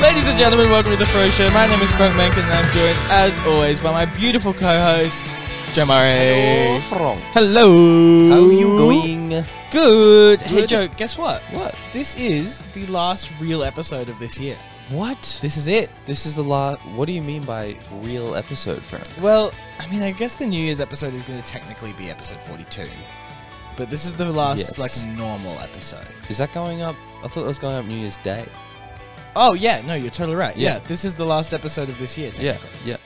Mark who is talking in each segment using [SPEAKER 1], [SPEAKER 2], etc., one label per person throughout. [SPEAKER 1] Ladies and gentlemen, welcome to the Fro Show. My name is Frank Menken and I'm joined, as always, by my beautiful co-host, Joe Murray.
[SPEAKER 2] Frank.
[SPEAKER 1] Hello.
[SPEAKER 2] How you going?
[SPEAKER 1] Good. Hey,
[SPEAKER 2] Good.
[SPEAKER 1] Joe, guess what?
[SPEAKER 2] What?
[SPEAKER 1] This is the last real episode of this year.
[SPEAKER 2] What?
[SPEAKER 1] This is it.
[SPEAKER 2] This is the lot. What do you mean by real episode, Frank?
[SPEAKER 1] Well, I mean, I guess the New Year's episode is going to technically be episode 42. But this is the last,
[SPEAKER 2] Yes.
[SPEAKER 1] like, normal episode.
[SPEAKER 2] Is that going up? I thought that was going up New Year's Day.
[SPEAKER 1] Oh, yeah, no, you're totally right. Yeah,
[SPEAKER 2] Yeah.
[SPEAKER 1] this is the last episode of this year, technically.
[SPEAKER 2] yeah.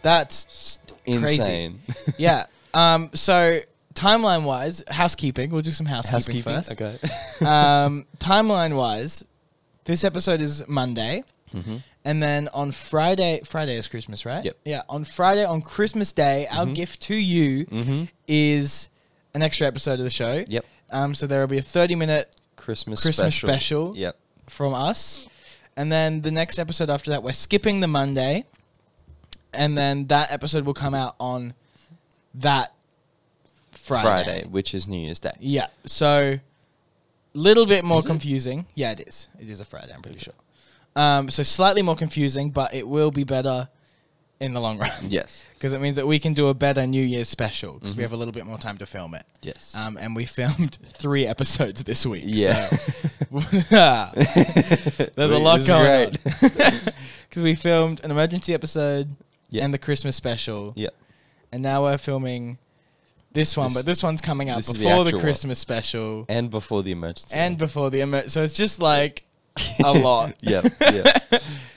[SPEAKER 1] That's, Crazy.
[SPEAKER 2] Insane.
[SPEAKER 1] yeah. Um, so, timeline wise, housekeeping, we'll do some housekeeping, first.
[SPEAKER 2] Okay.
[SPEAKER 1] um, timeline wise, this episode is Monday.
[SPEAKER 2] mm-hmm.
[SPEAKER 1] And then on Friday, Friday is Christmas, right?
[SPEAKER 2] Yep.
[SPEAKER 1] Yeah. On Friday, on Christmas Day, our gift to you
[SPEAKER 2] Mm-hmm.
[SPEAKER 1] is an extra episode of the show.
[SPEAKER 2] Yep.
[SPEAKER 1] Um, so there will be a 30 minute
[SPEAKER 2] Christmas
[SPEAKER 1] Christmas
[SPEAKER 2] special.
[SPEAKER 1] special.
[SPEAKER 2] Yep.
[SPEAKER 1] from us. And then the next episode after that, we're skipping the Monday. And then that episode will come out on that Friday.
[SPEAKER 2] Friday, which is New Year's Day.
[SPEAKER 1] Yeah. So little bit more
[SPEAKER 2] Is it?
[SPEAKER 1] confusing. Yeah, it is. It is a Friday, I'm pretty sure. Um, so slightly more confusing, but it will be better in the long run.
[SPEAKER 2] Yes.
[SPEAKER 1] Because it means that we can do a better New Year's special because
[SPEAKER 2] Mhm.
[SPEAKER 1] we have a little bit more time to film it.
[SPEAKER 2] Yes.
[SPEAKER 1] Um, and we filmed three episodes this week.
[SPEAKER 2] yeah.
[SPEAKER 1] so- There's a lot going
[SPEAKER 2] great.
[SPEAKER 1] Because we filmed an emergency episode
[SPEAKER 2] Yeah.
[SPEAKER 1] and the Christmas special.
[SPEAKER 2] Yeah.
[SPEAKER 1] And now we're filming this one,
[SPEAKER 2] This-
[SPEAKER 1] but this one's coming out
[SPEAKER 2] this is the
[SPEAKER 1] before the,
[SPEAKER 2] actual one.
[SPEAKER 1] Christmas special
[SPEAKER 2] And before the emergency.
[SPEAKER 1] and before the emer- so it's just like a lot.
[SPEAKER 2] yeah. Yeah.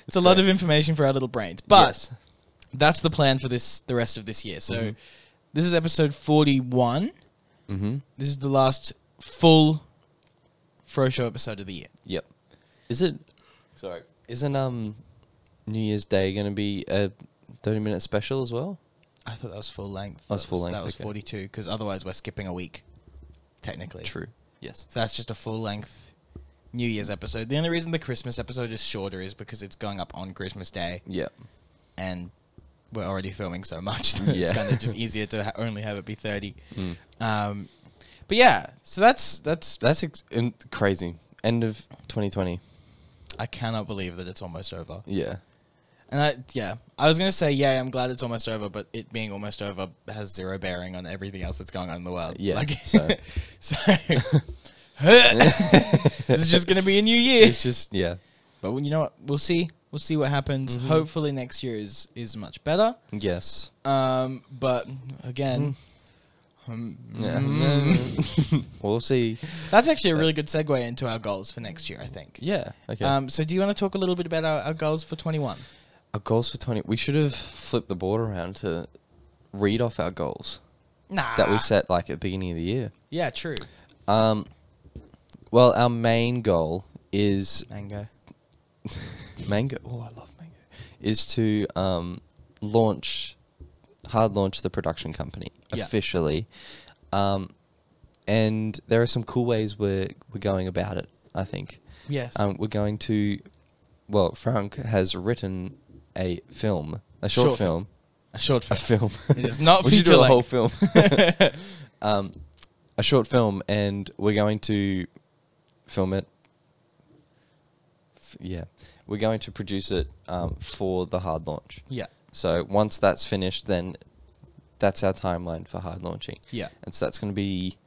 [SPEAKER 1] It's a lot of information for our little brains. But
[SPEAKER 2] Yes.
[SPEAKER 1] that's the plan for this the rest of this year. So
[SPEAKER 2] Mhm.
[SPEAKER 1] this is episode 41.
[SPEAKER 2] Mm-hmm.
[SPEAKER 1] This is the last full Fro Show episode of the year.
[SPEAKER 2] Yep. Is it? Sorry. Isn't um, New Year's Day going to be a thirty-minute special as well?
[SPEAKER 1] I thought that was full length.
[SPEAKER 2] That's
[SPEAKER 1] That
[SPEAKER 2] full
[SPEAKER 1] was-
[SPEAKER 2] length,
[SPEAKER 1] That was
[SPEAKER 2] okay.
[SPEAKER 1] 42 because otherwise we're skipping a week, technically.
[SPEAKER 2] Yes.
[SPEAKER 1] So that's just a full length New Year's episode. The only reason the Christmas episode is shorter is because it's going up on Christmas Day
[SPEAKER 2] Yep.
[SPEAKER 1] and we're already filming so much that it's
[SPEAKER 2] Yeah.
[SPEAKER 1] kind of just easier to ha- only have it be 30.
[SPEAKER 2] Mm.
[SPEAKER 1] Um, but yeah, so that's that's
[SPEAKER 2] That's ex- in- crazy. End of 2020.
[SPEAKER 1] I cannot believe that it's almost over.
[SPEAKER 2] Yeah.
[SPEAKER 1] And I yeah, I was going to say yeah, I'm glad it's almost over, but it being almost over has zero bearing on everything else that's going on in the world.
[SPEAKER 2] Yeah,
[SPEAKER 1] Like,
[SPEAKER 2] so-
[SPEAKER 1] so this is just going to be a new year.
[SPEAKER 2] It's just yeah.
[SPEAKER 1] But well, you know what? We'll see. We'll see what happens.
[SPEAKER 2] Mhm.
[SPEAKER 1] Hopefully next year is is much better.
[SPEAKER 2] Yes.
[SPEAKER 1] Um, but again,
[SPEAKER 2] Mm-hmm.
[SPEAKER 1] um,
[SPEAKER 2] Yeah.
[SPEAKER 1] mm.
[SPEAKER 2] we'll see.
[SPEAKER 1] that's actually a really good segue into our goals for next year. I think.
[SPEAKER 2] Yeah. Okay.
[SPEAKER 1] Um, so do you want to talk a little bit about our, our goals for twenty one?
[SPEAKER 2] our goals for 20. We should have flipped the board around to read off our goals
[SPEAKER 1] Nah.
[SPEAKER 2] that we set like at the beginning of the year.
[SPEAKER 1] Yeah. True.
[SPEAKER 2] Um. Well, our main goal is
[SPEAKER 1] Mango.
[SPEAKER 2] mango. Oh, I love mango. Is to um, launch, hard launch the production company
[SPEAKER 1] Yeah.
[SPEAKER 2] officially, um, and there are some cool ways we're we're going about it. I think
[SPEAKER 1] Yes.
[SPEAKER 2] um, we're going to. Well, Frank has written a film, a short,
[SPEAKER 1] Short film.
[SPEAKER 2] film,
[SPEAKER 1] a short
[SPEAKER 2] a
[SPEAKER 1] film.
[SPEAKER 2] film.
[SPEAKER 1] It is not
[SPEAKER 2] we should do a
[SPEAKER 1] feature-length.
[SPEAKER 2] whole film. um, a short film, and we're going to film it. F- yeah, we're going to produce it um, for the hard launch.
[SPEAKER 1] yeah.
[SPEAKER 2] So once that's finished, then that's our timeline for hard launching,
[SPEAKER 1] Yeah.
[SPEAKER 2] and so that's going to be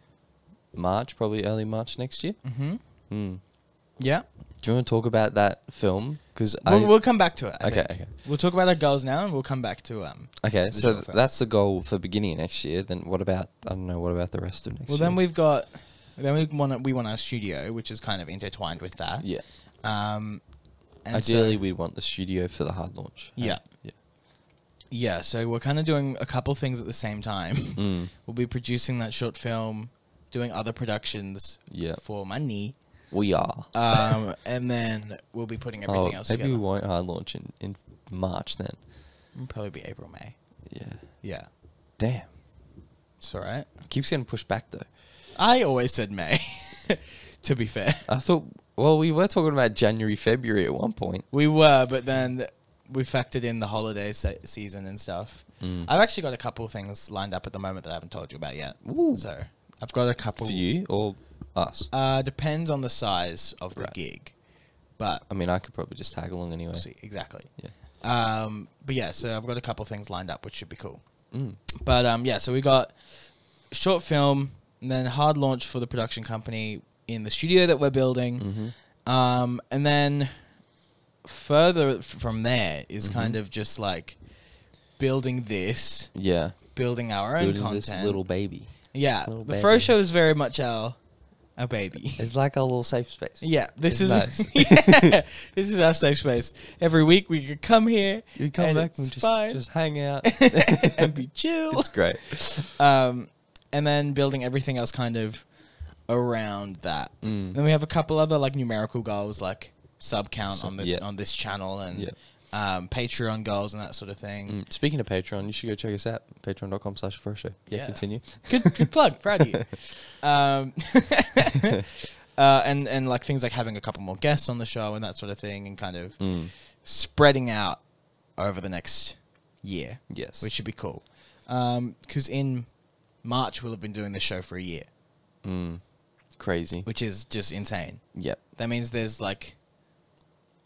[SPEAKER 2] March, probably early March next year.
[SPEAKER 1] Mm-hmm.
[SPEAKER 2] Mm.
[SPEAKER 1] Yeah.
[SPEAKER 2] Do you want to talk about that film? Because
[SPEAKER 1] We'll, we'll come back to it. I
[SPEAKER 2] okay,
[SPEAKER 1] think.
[SPEAKER 2] okay.
[SPEAKER 1] We'll talk about our goals now, and we'll come back to um.
[SPEAKER 2] Okay,
[SPEAKER 1] The
[SPEAKER 2] so
[SPEAKER 1] short
[SPEAKER 2] th-
[SPEAKER 1] film.
[SPEAKER 2] that's the goal for beginning of next year. Then what about I don't know what about the rest of next
[SPEAKER 1] Well,
[SPEAKER 2] year?
[SPEAKER 1] then we've got. Then we want we want our studio, which is kind of intertwined with that.
[SPEAKER 2] yeah.
[SPEAKER 1] Um, and
[SPEAKER 2] Ideally,
[SPEAKER 1] so-
[SPEAKER 2] we'd want the studio for the hard launch. eh?
[SPEAKER 1] Yeah.
[SPEAKER 2] yeah.
[SPEAKER 1] yeah. So we're kind of doing a couple things at the same time.
[SPEAKER 2] Mm.
[SPEAKER 1] we'll be producing that short film, doing other productions
[SPEAKER 2] Yeah.
[SPEAKER 1] for money,
[SPEAKER 2] We are.
[SPEAKER 1] um, and then we'll be putting everything else
[SPEAKER 2] Oh, maybe
[SPEAKER 1] together.
[SPEAKER 2] we won't hard launch in, in March then.
[SPEAKER 1] It'll probably be April May.
[SPEAKER 2] Yeah.
[SPEAKER 1] Yeah,
[SPEAKER 2] Damn.
[SPEAKER 1] it's all right.
[SPEAKER 2] Keeps getting pushed back though.
[SPEAKER 1] I always said May. to be fair,
[SPEAKER 2] I thought. Well, we were talking about January, February at one point.
[SPEAKER 1] we were, but then we factored in the holiday se- season and stuff.
[SPEAKER 2] Mm.
[SPEAKER 1] I've actually got a couple things lined up at the moment that I haven't told you about yet.
[SPEAKER 2] Ooh.
[SPEAKER 1] So I've got a couple.
[SPEAKER 2] For you or us?
[SPEAKER 1] Uh, depends on the size of the
[SPEAKER 2] Right.
[SPEAKER 1] gig. But
[SPEAKER 2] I mean, I could probably just tag along anyway.
[SPEAKER 1] we'll see. Exactly.
[SPEAKER 2] Yeah.
[SPEAKER 1] Um, but yeah, so I've got a couple things lined up, which should be cool.
[SPEAKER 2] Mm.
[SPEAKER 1] But um, yeah, so we got short film, and then hard launch for the production company in the studio that we're building,
[SPEAKER 2] hmm
[SPEAKER 1] um, and then further f- from there is
[SPEAKER 2] Mhm.
[SPEAKER 1] kind of just like building this,
[SPEAKER 2] Yeah.
[SPEAKER 1] building our own
[SPEAKER 2] Building
[SPEAKER 1] content.
[SPEAKER 2] this little baby.
[SPEAKER 1] yeah,
[SPEAKER 2] little
[SPEAKER 1] the
[SPEAKER 2] baby.
[SPEAKER 1] Fro Show is very much our our baby.
[SPEAKER 2] It's like a little safe space.
[SPEAKER 1] Yeah, this is
[SPEAKER 2] It's
[SPEAKER 1] yeah, this is our safe space. Every week we could come here
[SPEAKER 2] You come
[SPEAKER 1] And
[SPEAKER 2] back
[SPEAKER 1] it's
[SPEAKER 2] and just,
[SPEAKER 1] fine.
[SPEAKER 2] just hang out.
[SPEAKER 1] and be chill.
[SPEAKER 2] it's great.
[SPEAKER 1] Um, and then building everything else kind of around that.
[SPEAKER 2] Mm.
[SPEAKER 1] Then we have a couple other like numerical goals, like sub count
[SPEAKER 2] So-
[SPEAKER 1] on the
[SPEAKER 2] yeah.
[SPEAKER 1] on this channel and
[SPEAKER 2] Yeah.
[SPEAKER 1] um, Patreon goals and that sort of thing.
[SPEAKER 2] Mm. Speaking of Patreon, you should go check us out. Patreon.com slash first show. Yeah,
[SPEAKER 1] Yeah.
[SPEAKER 2] continue.
[SPEAKER 1] Good, good plug, proud of you. Um, uh, and and like things like having a couple more guests on the show and that sort of thing, and kind of
[SPEAKER 2] Mm.
[SPEAKER 1] spreading out over the next year,
[SPEAKER 2] Yes.
[SPEAKER 1] which should be cool. Because in March we'll have been doing this show for a year,
[SPEAKER 2] mm. crazy.
[SPEAKER 1] which is just insane.
[SPEAKER 2] Yep.
[SPEAKER 1] That means there's like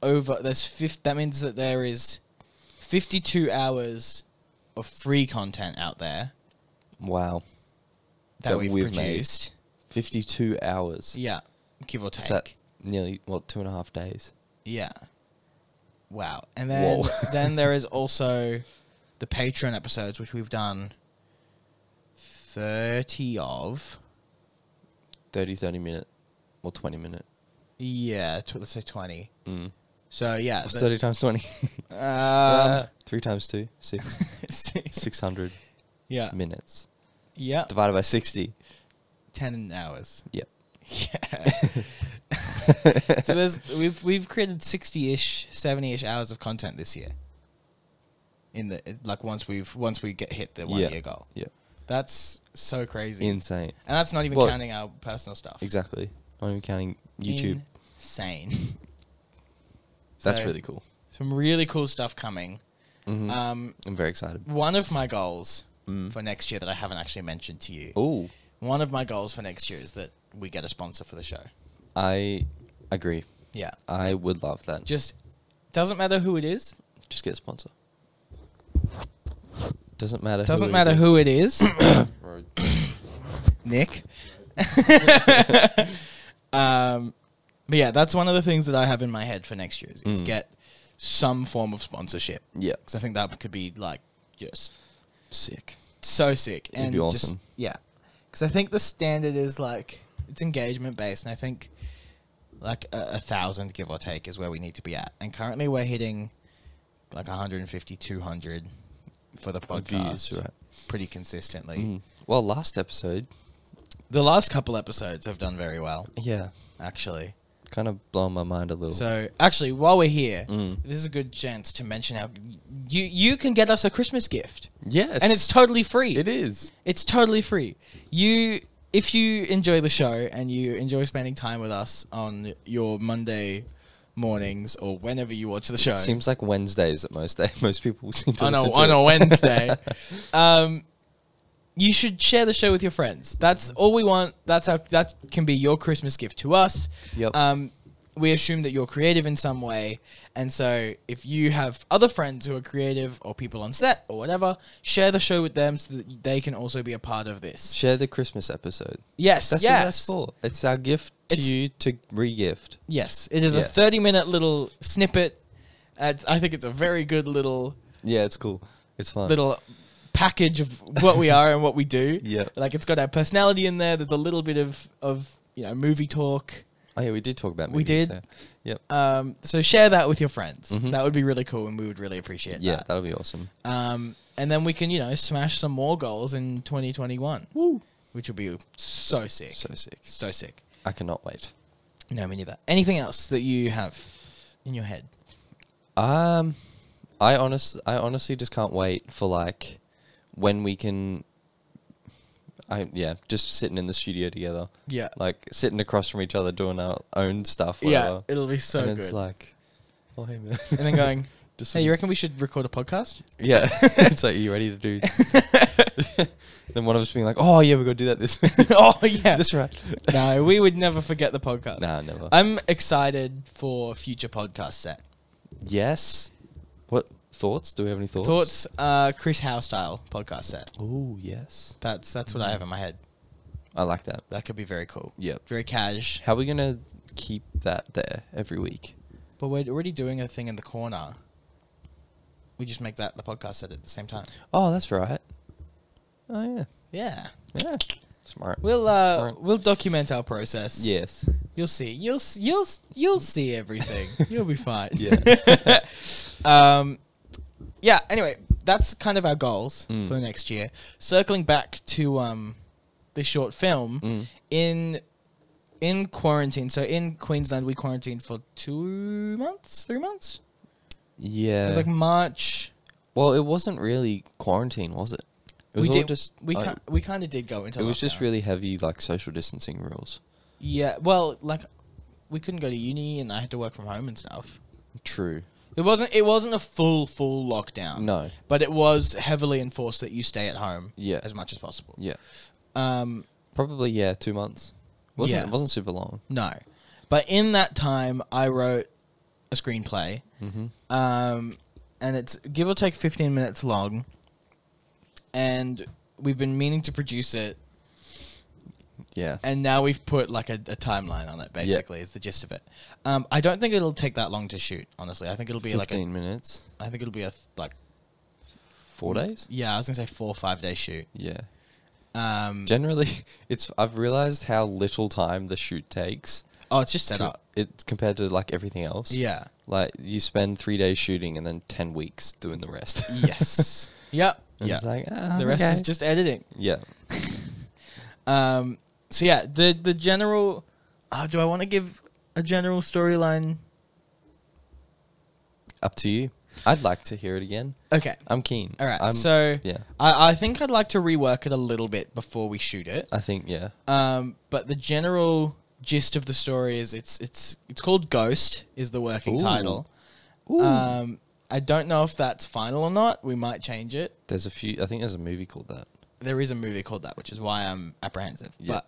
[SPEAKER 1] over there's fifth. That means that there is fifty two hours of free content out there
[SPEAKER 2] Wow.
[SPEAKER 1] that,
[SPEAKER 2] That
[SPEAKER 1] we've,
[SPEAKER 2] we've made.
[SPEAKER 1] produced.
[SPEAKER 2] 52 hours.
[SPEAKER 1] Yeah, give or
[SPEAKER 2] Is
[SPEAKER 1] take.
[SPEAKER 2] that nearly, what, two and a half days?
[SPEAKER 1] Yeah. Wow. And then
[SPEAKER 2] Whoa.
[SPEAKER 1] then there is also the Patreon episodes, which we've done thirty of.
[SPEAKER 2] 30, 30 minute or 20 minute.
[SPEAKER 1] Yeah, tw- let's say twenty.
[SPEAKER 2] Mm.
[SPEAKER 1] So yeah,
[SPEAKER 2] What's
[SPEAKER 1] the-
[SPEAKER 2] 30 times 20?
[SPEAKER 1] um,
[SPEAKER 2] Three times two, six.
[SPEAKER 1] six-
[SPEAKER 2] 600
[SPEAKER 1] yeah,
[SPEAKER 2] minutes.
[SPEAKER 1] yeah,
[SPEAKER 2] Divided by 60.
[SPEAKER 1] ten hours.
[SPEAKER 2] Yep.
[SPEAKER 1] Yeah. so there's we've we've created sixty ish, seventy ish hours of content this year. In the like once we've once we get hit the one
[SPEAKER 2] Yeah.
[SPEAKER 1] year goal,
[SPEAKER 2] Yeah.
[SPEAKER 1] that's so crazy,
[SPEAKER 2] Insane.
[SPEAKER 1] and that's not even
[SPEAKER 2] Well-
[SPEAKER 1] counting our personal stuff.
[SPEAKER 2] Exactly. Not even counting YouTube.
[SPEAKER 1] insane.
[SPEAKER 2] That's
[SPEAKER 1] So,
[SPEAKER 2] really cool.
[SPEAKER 1] Some really cool stuff coming.
[SPEAKER 2] Mhm.
[SPEAKER 1] Um,
[SPEAKER 2] I'm very excited.
[SPEAKER 1] one of my goals
[SPEAKER 2] Mm.
[SPEAKER 1] for next year that I haven't actually mentioned to you.
[SPEAKER 2] Oh,
[SPEAKER 1] One of my goals for next year is that we get a sponsor for the show.
[SPEAKER 2] I agree.
[SPEAKER 1] Yeah.
[SPEAKER 2] I would love that. Just,
[SPEAKER 1] Just doesn't matter who it is.
[SPEAKER 2] get a sponsor. Doesn't matter.
[SPEAKER 1] Doesn't matter who it is.
[SPEAKER 2] who.
[SPEAKER 1] Nick. um, but yeah, that's one of the things that I have in my head for next year is, is
[SPEAKER 2] Mm.
[SPEAKER 1] get some form of sponsorship
[SPEAKER 2] yeah.
[SPEAKER 1] because I think that could be like just
[SPEAKER 2] Sick.
[SPEAKER 1] so sick
[SPEAKER 2] It'd
[SPEAKER 1] and
[SPEAKER 2] be
[SPEAKER 1] just
[SPEAKER 2] awesome.
[SPEAKER 1] yeah because i think the standard is like it's engagement based and i think like a, a thousand give or take is where we need to be at and currently we're hitting like 150 200 for the podcast
[SPEAKER 2] Views, right.
[SPEAKER 1] pretty consistently
[SPEAKER 2] Mm. Well, last episode,
[SPEAKER 1] the last couple episodes have done very well
[SPEAKER 2] yeah,
[SPEAKER 1] actually
[SPEAKER 2] kind of blown my mind a little.
[SPEAKER 1] so actually while we're here
[SPEAKER 2] Mm.
[SPEAKER 1] this is a good chance to mention how you you can get us a christmas gift
[SPEAKER 2] yes,
[SPEAKER 1] and it's totally free
[SPEAKER 2] it is.
[SPEAKER 1] It's totally free. You, if you enjoy the show and you enjoy spending time with us on your Monday mornings or whenever you watch the show
[SPEAKER 2] It seems like Wednesdays at most. Day. Most people seem to
[SPEAKER 1] on a
[SPEAKER 2] listen to
[SPEAKER 1] on
[SPEAKER 2] it.
[SPEAKER 1] a Wednesday, um, you should share the show with your friends. That's all we want. That's our that can be your Christmas gift to us.
[SPEAKER 2] Yep.
[SPEAKER 1] Um, we assume that you're creative in some way, and so if you have other friends who are creative or people on set or whatever, share the show with them so that they can also be a part of this.
[SPEAKER 2] Share the Christmas episode.
[SPEAKER 1] Yes,
[SPEAKER 2] That's
[SPEAKER 1] yes.
[SPEAKER 2] what that's for. It's our gift to
[SPEAKER 1] It's-
[SPEAKER 2] you to re-gift.
[SPEAKER 1] Yes, it is a
[SPEAKER 2] Yes.
[SPEAKER 1] 30 minute little snippet. Uh, it's- I think it's a very good little
[SPEAKER 2] Yeah, it's cool. It's fun.
[SPEAKER 1] little package of what we are and what we do.
[SPEAKER 2] Yeah.
[SPEAKER 1] Like it's got our personality in there. There's a little bit of of you know movie talk.
[SPEAKER 2] Oh yeah, we did talk about.
[SPEAKER 1] We
[SPEAKER 2] movies,
[SPEAKER 1] did.
[SPEAKER 2] so- Yep.
[SPEAKER 1] Um, so share that with your friends.
[SPEAKER 2] Mhm.
[SPEAKER 1] That would be really cool, and we would really appreciate
[SPEAKER 2] Yeah,
[SPEAKER 1] that.
[SPEAKER 2] that'll be awesome.
[SPEAKER 1] Um, and then we can you know smash some more goals in 2021,
[SPEAKER 2] Woo.
[SPEAKER 1] which will be so sick,
[SPEAKER 2] So sick.
[SPEAKER 1] so sick.
[SPEAKER 2] I cannot wait.
[SPEAKER 1] No, me neither. Anything else that you have in your head?
[SPEAKER 2] Um, I honest, I honestly just can't wait for like when we can. I yeah, just sitting in the studio together,
[SPEAKER 1] Yeah.
[SPEAKER 2] like sitting across from each other, doing our own stuff.
[SPEAKER 1] Yeah,
[SPEAKER 2] Whatever.
[SPEAKER 1] it'll be so
[SPEAKER 2] and
[SPEAKER 1] good.
[SPEAKER 2] it's like, oh hey man,
[SPEAKER 1] and then going,
[SPEAKER 2] Just
[SPEAKER 1] Hey,
[SPEAKER 2] some-
[SPEAKER 1] you reckon we should record a podcast?
[SPEAKER 2] Yeah, it's like, are you ready to do? then one of us being like, oh yeah, we gotta do that this.
[SPEAKER 1] oh yeah.
[SPEAKER 2] this right?
[SPEAKER 1] no, we would never forget the podcast.
[SPEAKER 2] Nah, never.
[SPEAKER 1] I'm excited for future podcast set
[SPEAKER 2] yes. What thoughts? Do we have any thoughts?
[SPEAKER 1] thoughts. Uh, Chris Howe style podcast set.
[SPEAKER 2] Oh yes,
[SPEAKER 1] That's that's what I have in my head.
[SPEAKER 2] I like that.
[SPEAKER 1] That could be very cool.
[SPEAKER 2] Yep.
[SPEAKER 1] Very cash.
[SPEAKER 2] How are we gonna keep that there every week?
[SPEAKER 1] But we're already doing a thing in the corner. We just make that the podcast set at the same time.
[SPEAKER 2] Oh, that's right. Oh yeah,
[SPEAKER 1] Yeah.
[SPEAKER 2] yeah. Smart.
[SPEAKER 1] We'll uh
[SPEAKER 2] Alright.
[SPEAKER 1] we'll document our process.
[SPEAKER 2] Yes.
[SPEAKER 1] You'll see. You'll s- you'll s- you'll see everything. you'll be fine.
[SPEAKER 2] Yeah.
[SPEAKER 1] um yeah, anyway, that's kind of our goals
[SPEAKER 2] Mm.
[SPEAKER 1] for next year. Circling back to um this short film
[SPEAKER 2] Mm.
[SPEAKER 1] in in quarantine. So in Queensland we quarantined for 2 months, 3 months.
[SPEAKER 2] Yeah.
[SPEAKER 1] It was like March
[SPEAKER 2] well, it wasn't really quarantine, was it? It
[SPEAKER 1] we
[SPEAKER 2] was all
[SPEAKER 1] did,
[SPEAKER 2] just.
[SPEAKER 1] we
[SPEAKER 2] I-
[SPEAKER 1] ki- we kind of did go into
[SPEAKER 2] it was just
[SPEAKER 1] lockdown.
[SPEAKER 2] really heavy, like social distancing rules.
[SPEAKER 1] yeah. Well, like we couldn't go to uni, and I had to work from home and stuff.
[SPEAKER 2] True.
[SPEAKER 1] It wasn't it wasn't a full full lockdown.
[SPEAKER 2] Oh. No.
[SPEAKER 1] but it was heavily enforced that you stay at home.
[SPEAKER 2] Yeah.
[SPEAKER 1] as much as possible.
[SPEAKER 2] Yeah.
[SPEAKER 1] Um,
[SPEAKER 2] Probably yeah, two months. Wasn't
[SPEAKER 1] Yeah.
[SPEAKER 2] it wasn't super long.
[SPEAKER 1] no, but in that time, I wrote a screenplay,
[SPEAKER 2] Mm-hmm.
[SPEAKER 1] um, and it's give or take fifteen minutes long, and we've been meaning to produce it
[SPEAKER 2] Yeah.
[SPEAKER 1] and now we've put like a, a timeline on it. Basically, is the gist of it. Um, I don't think it'll take that long to shoot. Honestly, I think it'll be
[SPEAKER 2] Fifteen
[SPEAKER 1] like a,
[SPEAKER 2] minutes.
[SPEAKER 1] I think it'll be a th- like
[SPEAKER 2] Four
[SPEAKER 1] Mm.
[SPEAKER 2] days.
[SPEAKER 1] yeah, I was gonna say four or five day shoot.
[SPEAKER 2] Yeah.
[SPEAKER 1] Um,
[SPEAKER 2] Generally, it's I've realized how little time the shoot takes.
[SPEAKER 1] oh, it's just set
[SPEAKER 2] co-
[SPEAKER 1] up.
[SPEAKER 2] It compared to like everything else.
[SPEAKER 1] Yeah.
[SPEAKER 2] Like you spend three days shooting and then ten weeks doing the rest.
[SPEAKER 1] Yes. yep.
[SPEAKER 2] And
[SPEAKER 1] Yeah.
[SPEAKER 2] It's like ah,
[SPEAKER 1] the rest is
[SPEAKER 2] okay.
[SPEAKER 1] just editing.
[SPEAKER 2] yeah.
[SPEAKER 1] Um, so yeah, the the general. Oh, do I want to give a general storyline?
[SPEAKER 2] Up to you. I'd like to hear it again.
[SPEAKER 1] Okay.
[SPEAKER 2] I'm keen.
[SPEAKER 1] All right,
[SPEAKER 2] I'm-
[SPEAKER 1] so-
[SPEAKER 2] Um, yeah,
[SPEAKER 1] I, I think I'd like to rework it a little bit before we shoot it.
[SPEAKER 2] I think yeah.
[SPEAKER 1] Um, but the general gist of the story is it's it's it's called Ghost is the working
[SPEAKER 2] Ooh.
[SPEAKER 1] title. Um, I don't know if that's final or not. We might change it.
[SPEAKER 2] there's a few. I think there's a movie called that.
[SPEAKER 1] There is a movie called that, which is why I'm apprehensive.
[SPEAKER 2] Yeah.
[SPEAKER 1] But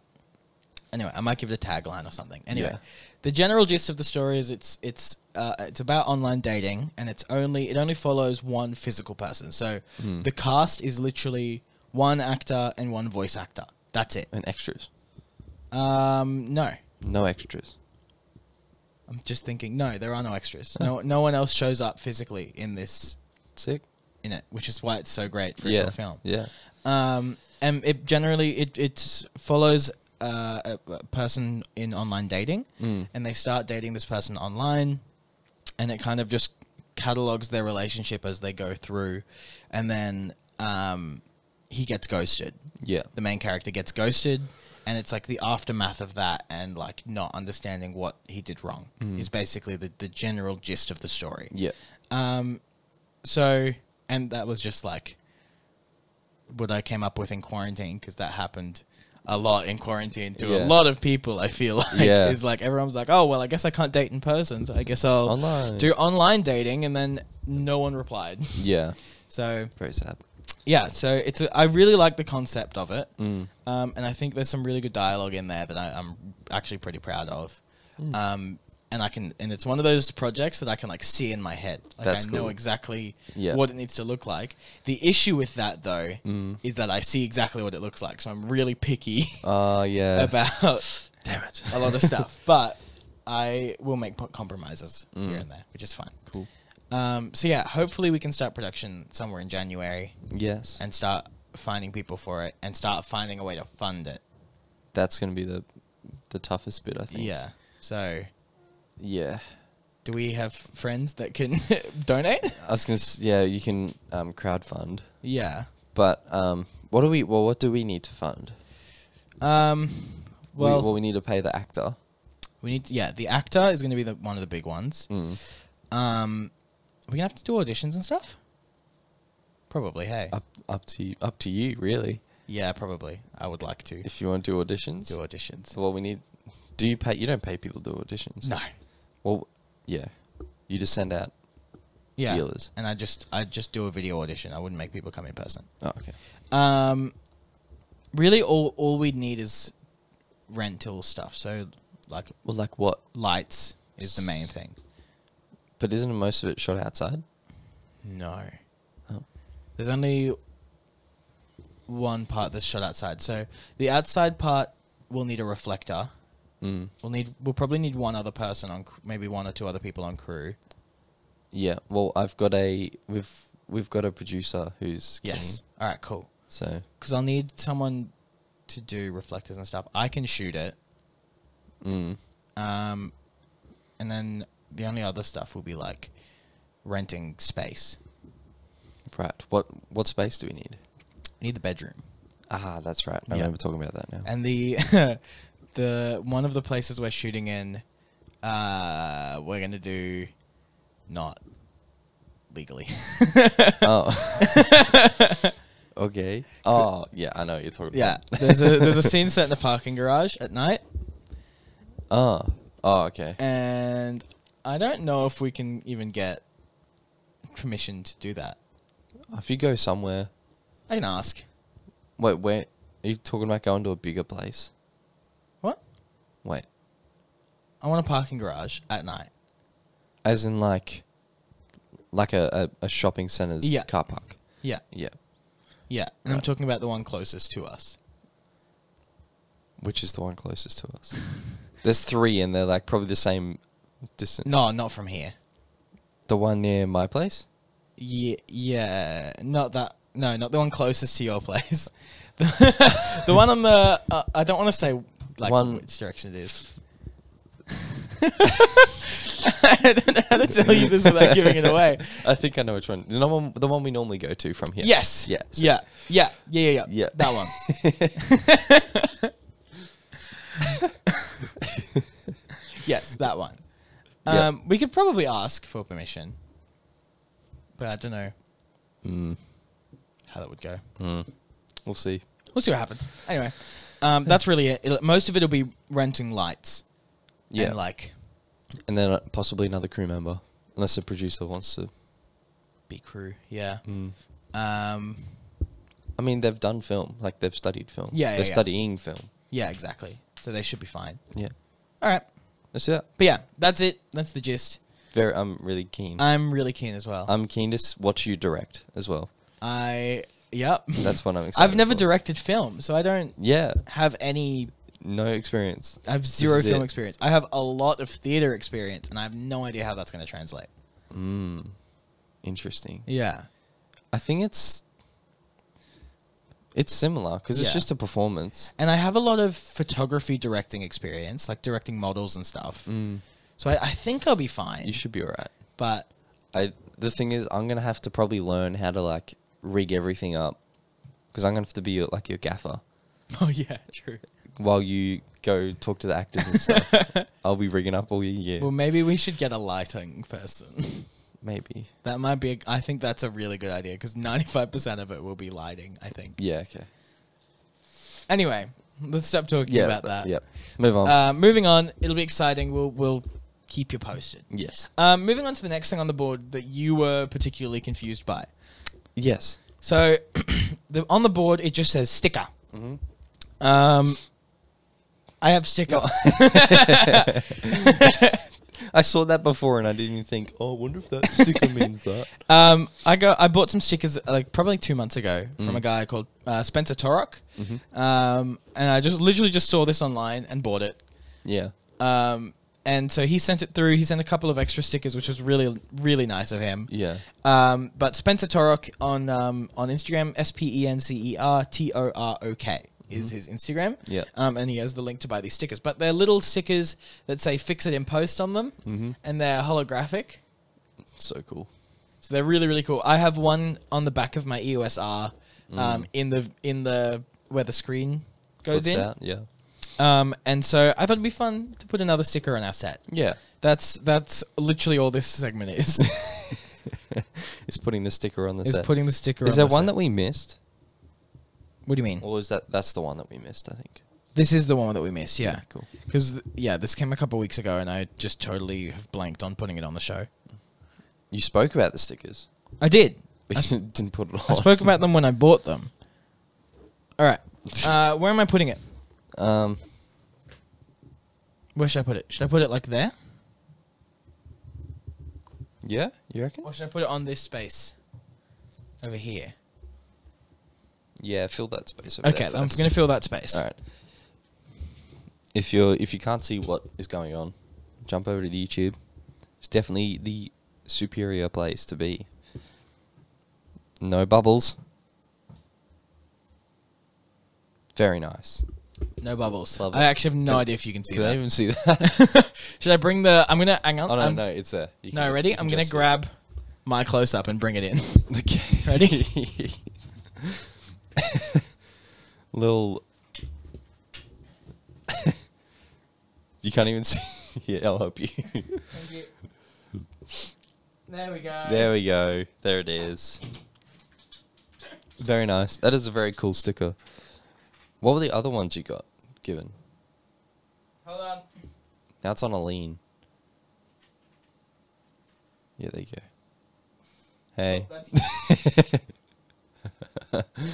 [SPEAKER 1] anyway, I might give it a tagline or something. Anyway,
[SPEAKER 2] Yeah.
[SPEAKER 1] the general gist of the story is it's it's uh, it's about online dating, and it's only it only follows one physical person. So
[SPEAKER 2] Hmm.
[SPEAKER 1] the cast is literally one actor and one voice actor. That's it.
[SPEAKER 2] And extras.
[SPEAKER 1] Um, no.
[SPEAKER 2] No extras.
[SPEAKER 1] I'm just thinking, no, there are no extras. No, no one else shows up physically in this,
[SPEAKER 2] Sick.
[SPEAKER 1] in it, which is why it's so great for a
[SPEAKER 2] yeah.
[SPEAKER 1] short film.
[SPEAKER 2] Yeah.
[SPEAKER 1] Um, and it generally it it follows uh, a, a person in online dating,
[SPEAKER 2] Mm.
[SPEAKER 1] and they start dating this person online, and it kind of just catalogs their relationship as they go through, and then um, he gets ghosted.
[SPEAKER 2] Yeah.
[SPEAKER 1] The main character gets ghosted. And it's like the aftermath of that, and like not understanding what he did wrong is basically the, the general gist of the story.
[SPEAKER 2] Yeah.
[SPEAKER 1] Um, so, and that was just like what I came up with in quarantine because that happened a lot in quarantine to a
[SPEAKER 2] Yeah.
[SPEAKER 1] lot of people. I feel like
[SPEAKER 2] Yeah.
[SPEAKER 1] is like everyone's like, oh well, I guess I can't date in person, so I guess I'll
[SPEAKER 2] Online.
[SPEAKER 1] do online dating, and then no one replied.
[SPEAKER 2] Yeah.
[SPEAKER 1] So
[SPEAKER 2] Very sad.
[SPEAKER 1] yeah, so it's a, I really like the concept of it,
[SPEAKER 2] Mm.
[SPEAKER 1] um, and I think there's some really good dialogue in there that I, I'm actually pretty proud of.
[SPEAKER 2] Mm.
[SPEAKER 1] Um, and I can, and it's one of those projects that I can like see in my head. Like
[SPEAKER 2] That's
[SPEAKER 1] I know
[SPEAKER 2] cool.
[SPEAKER 1] exactly
[SPEAKER 2] Yeah.
[SPEAKER 1] what it needs to look like. The issue with that though
[SPEAKER 2] Mm.
[SPEAKER 1] is that I see exactly what it looks like, so I'm really picky
[SPEAKER 2] Uh yeah.
[SPEAKER 1] Oh, about
[SPEAKER 2] Damn it.
[SPEAKER 1] a lot of stuff. But I will make po- compromises here
[SPEAKER 2] Mm.
[SPEAKER 1] and there, which is fine.
[SPEAKER 2] Cool.
[SPEAKER 1] Um, so yeah, hopefully we can start production somewhere in January
[SPEAKER 2] Yes.
[SPEAKER 1] and start finding people for it and start finding a way to fund it.
[SPEAKER 2] That's gonna be the the toughest bit I think.
[SPEAKER 1] Yeah. So,
[SPEAKER 2] Yeah.
[SPEAKER 1] do we have friends that can donate?
[SPEAKER 2] I was gonna s- yeah, you can um crowdfund.
[SPEAKER 1] Yeah.
[SPEAKER 2] But um what do we well what do we need to fund?
[SPEAKER 1] Um.
[SPEAKER 2] We-
[SPEAKER 1] Well, we,
[SPEAKER 2] well we need to pay the actor.
[SPEAKER 1] need. yeah, the actor is going to be the one of the big ones.
[SPEAKER 2] Mm.
[SPEAKER 1] Um, we gonna have to do auditions and stuff. Probably. Hey.
[SPEAKER 2] Up up to you up to you really.
[SPEAKER 1] yeah, probably. I would like to
[SPEAKER 2] If you want to do auditions.
[SPEAKER 1] do auditions.
[SPEAKER 2] So what we need do you pay you don't pay people to do auditions?
[SPEAKER 1] No.
[SPEAKER 2] Well yeah. You just send out
[SPEAKER 1] Yeah.
[SPEAKER 2] feelers.
[SPEAKER 1] And I just I just do a video audition. I wouldn't make people come in person.
[SPEAKER 2] Oh, okay.
[SPEAKER 1] Um, really, all all we need is rental stuff. So like
[SPEAKER 2] Well, like what?
[SPEAKER 1] lights is the main thing.
[SPEAKER 2] But isn't most of it shot outside?
[SPEAKER 1] No.
[SPEAKER 2] Oh.
[SPEAKER 1] There's only one part that's shot outside. So the outside part will need a reflector.
[SPEAKER 2] Mm.
[SPEAKER 1] We'll need we'll probably need one other person on cr- maybe one or two other people on crew.
[SPEAKER 2] Yeah. Well, I've got a we've we've got a producer who's
[SPEAKER 1] Yes.
[SPEAKER 2] keen,
[SPEAKER 1] All right, cool.
[SPEAKER 2] so
[SPEAKER 1] Cuz I'll need someone to do reflectors and stuff. I can shoot it.
[SPEAKER 2] mm,
[SPEAKER 1] Um and then the only other stuff will be like renting space.
[SPEAKER 2] right. What what space do we need?
[SPEAKER 1] We need the bedroom.
[SPEAKER 2] Ah, that's right. I
[SPEAKER 1] Yeah.
[SPEAKER 2] remember talking about that now.
[SPEAKER 1] And the the one of the places we're shooting in, uh, we're gonna do not legally.
[SPEAKER 2] oh. okay. Oh yeah, I know what you're talking.
[SPEAKER 1] yeah,
[SPEAKER 2] About.
[SPEAKER 1] there's a there's a scene set in a parking garage at night,
[SPEAKER 2] oh. Oh okay.
[SPEAKER 1] and I don't know if we can even get permission to do that.
[SPEAKER 2] If you go somewhere,
[SPEAKER 1] I can ask.
[SPEAKER 2] wait, where are you talking about going to a bigger place?
[SPEAKER 1] What?
[SPEAKER 2] Wait,
[SPEAKER 1] I want a parking garage at night.
[SPEAKER 2] as in like, like a a, a shopping center's
[SPEAKER 1] Yeah.
[SPEAKER 2] car park.
[SPEAKER 1] Yeah,
[SPEAKER 2] Yeah.
[SPEAKER 1] yeah. And I'm
[SPEAKER 2] Right.
[SPEAKER 1] talking about the one closest to us.
[SPEAKER 2] Which is the one closest to us? There's three, and they're like probably the same distance.
[SPEAKER 1] No, not from here.
[SPEAKER 2] The one near my place.
[SPEAKER 1] Yeah, yeah, not that. No, not the one closest to your place. the one on the. Uh, I don't want to say like
[SPEAKER 2] One-
[SPEAKER 1] which direction it is. I don't know how to tell you this without giving it away.
[SPEAKER 2] I think I know which one. The one, the one we normally go to from here.
[SPEAKER 1] Yes.
[SPEAKER 2] Yeah. so-
[SPEAKER 1] yeah. Yeah. Yeah. Yeah. Yeah.
[SPEAKER 2] Yeah.
[SPEAKER 1] That one. yes, that one.
[SPEAKER 2] Yeah.
[SPEAKER 1] Um, We could probably ask for permission, but I don't know
[SPEAKER 2] Mm,
[SPEAKER 1] how that would go.
[SPEAKER 2] mm. We'll see.
[SPEAKER 1] We'll see what happens. Anyway, um, that's really it. It'll- most of it'll be renting lights.
[SPEAKER 2] Yeah.
[SPEAKER 1] And like,
[SPEAKER 2] and then uh, possibly another crew member, unless the producer wants to.
[SPEAKER 1] be crew. Yeah.
[SPEAKER 2] Mm.
[SPEAKER 1] Um,
[SPEAKER 2] I mean, they've done film, like they've studied film.
[SPEAKER 1] Yeah, yeah,
[SPEAKER 2] they're
[SPEAKER 1] yeah.
[SPEAKER 2] studying film.
[SPEAKER 1] yeah, exactly. So they should be fine.
[SPEAKER 2] Yeah,
[SPEAKER 1] All right.
[SPEAKER 2] that's it.
[SPEAKER 1] But yeah, that's it. That's the gist.
[SPEAKER 2] Very, I'm really keen.
[SPEAKER 1] I'm really keen as well.
[SPEAKER 2] I'm keen to s- watch you direct as well.
[SPEAKER 1] I, yep.
[SPEAKER 2] That's what I'm excited.
[SPEAKER 1] I've never
[SPEAKER 2] for.
[SPEAKER 1] directed film, so I don't
[SPEAKER 2] Yeah,
[SPEAKER 1] have any.
[SPEAKER 2] no experience.
[SPEAKER 1] I have zero
[SPEAKER 2] is
[SPEAKER 1] film
[SPEAKER 2] it.
[SPEAKER 1] experience. I have a lot of theater experience, and I have no idea how that's going to translate.
[SPEAKER 2] Mm. Interesting.
[SPEAKER 1] Yeah.
[SPEAKER 2] I think it's it's similar because
[SPEAKER 1] Yeah.
[SPEAKER 2] it's just a performance.
[SPEAKER 1] And I have a lot of photography directing experience, like directing models and stuff.
[SPEAKER 2] Mm.
[SPEAKER 1] So I, I think I'll be fine.
[SPEAKER 2] You should be alright.
[SPEAKER 1] But
[SPEAKER 2] I the thing is, I'm gonna have to probably learn how to like rig everything up because I'm gonna have to be your, like your gaffer
[SPEAKER 1] oh yeah, true.
[SPEAKER 2] while you go talk to the actors and stuff. I'll be rigging up all your year,
[SPEAKER 1] Well, maybe we should get a lighting person.
[SPEAKER 2] maybe.
[SPEAKER 1] that might be. A, I think that's a really good idea because ninety-five percent of it will be lighting. I think.
[SPEAKER 2] Yeah. Okay.
[SPEAKER 1] Anyway, let's stop talking
[SPEAKER 2] Yeah.
[SPEAKER 1] about that.
[SPEAKER 2] Yep. Move on.
[SPEAKER 1] Uh, moving on, it'll be exciting. We'll we'll keep you posted.
[SPEAKER 2] yes.
[SPEAKER 1] Um, moving on to the next thing on the board that you were particularly confused by.
[SPEAKER 2] Yes.
[SPEAKER 1] So, the, on the board it just says sticker.
[SPEAKER 2] Mm-hmm.
[SPEAKER 1] Um, I have sticker.
[SPEAKER 2] I saw that before and I didn't even think. Oh, I wonder if that sticker means that.
[SPEAKER 1] Um, I go. I bought some stickers uh, like probably two months ago from
[SPEAKER 2] Mm.
[SPEAKER 1] a guy called uh, Spencer Torok,
[SPEAKER 2] Mhm.
[SPEAKER 1] um, and I just literally just saw this online and bought it.
[SPEAKER 2] Yeah.
[SPEAKER 1] Um, and so he sent it through. He sent a couple of extra stickers, which was really really nice of him.
[SPEAKER 2] Yeah.
[SPEAKER 1] Um, but Spencer Torok on um, on Instagram, S P E N C E R T O R O K is his Instagram.
[SPEAKER 2] Mm-hmm. Yeah.
[SPEAKER 1] Um, and he has the link to buy these stickers. But they're little stickers that say "Fix It in Post" on them,
[SPEAKER 2] Mm-hmm.
[SPEAKER 1] and they're holographic.
[SPEAKER 2] So cool.
[SPEAKER 1] So they're really really cool. I have one on the back of my EOS R, um,
[SPEAKER 2] Mm.
[SPEAKER 1] in the in the where the screen goes
[SPEAKER 2] Flips
[SPEAKER 1] in.
[SPEAKER 2] out, Yeah.
[SPEAKER 1] Um, and so I thought it'd be fun to put another sticker on our set.
[SPEAKER 2] Yeah.
[SPEAKER 1] That's that's literally all this segment is.
[SPEAKER 2] It's putting the sticker on the
[SPEAKER 1] is
[SPEAKER 2] set.
[SPEAKER 1] putting the sticker.
[SPEAKER 2] is
[SPEAKER 1] on
[SPEAKER 2] there
[SPEAKER 1] the
[SPEAKER 2] one
[SPEAKER 1] set.
[SPEAKER 2] that we missed,
[SPEAKER 1] What do you mean?
[SPEAKER 2] or is that that's the one that we missed? I think.
[SPEAKER 1] This is the one that we missed. Yeah,
[SPEAKER 2] Cool.
[SPEAKER 1] because yeah, this came a couple weeks ago, and I just totally have blanked on putting it on the show.
[SPEAKER 2] You spoke about the stickers,
[SPEAKER 1] I did. I
[SPEAKER 2] but you didn't put it on.
[SPEAKER 1] I spoke about them when I bought them. All right. Uh, where am I putting it?
[SPEAKER 2] Um,
[SPEAKER 1] Where should I put it? Should I put it like there?
[SPEAKER 2] yeah, you reckon?
[SPEAKER 1] Or should I put it on this space over here?
[SPEAKER 2] Yeah, fill that space. Over
[SPEAKER 1] Okay,
[SPEAKER 2] there
[SPEAKER 1] I'm
[SPEAKER 2] first.
[SPEAKER 1] going to fill that space.
[SPEAKER 2] All right. If you're if you can't see what is going on, jump over to the YouTube. It's definitely the superior place to be. No bubbles. Very nice.
[SPEAKER 1] No bubbles.
[SPEAKER 2] Love
[SPEAKER 1] I
[SPEAKER 2] it.
[SPEAKER 1] actually have no
[SPEAKER 2] Can-
[SPEAKER 1] idea if you can see
[SPEAKER 2] Did I
[SPEAKER 1] that.
[SPEAKER 2] even see that?
[SPEAKER 1] should I bring the? I'm going to hang on.
[SPEAKER 2] oh no,
[SPEAKER 1] I'm-
[SPEAKER 2] no, it's there. You
[SPEAKER 1] No,
[SPEAKER 2] can- you
[SPEAKER 1] ready?
[SPEAKER 2] can
[SPEAKER 1] I'm going
[SPEAKER 2] just
[SPEAKER 1] to
[SPEAKER 2] see it.
[SPEAKER 1] grab my close up and bring it in.
[SPEAKER 2] Okay.
[SPEAKER 1] Ready?
[SPEAKER 2] Little. you can't even see. yeah, I'll help you.
[SPEAKER 1] Thank you. There we go.
[SPEAKER 2] there we go. There it is. Very nice. That is a very cool sticker. What were the other ones you got given?
[SPEAKER 1] Hold on.
[SPEAKER 2] Now it's on a lean. Yeah, there you go. Hey.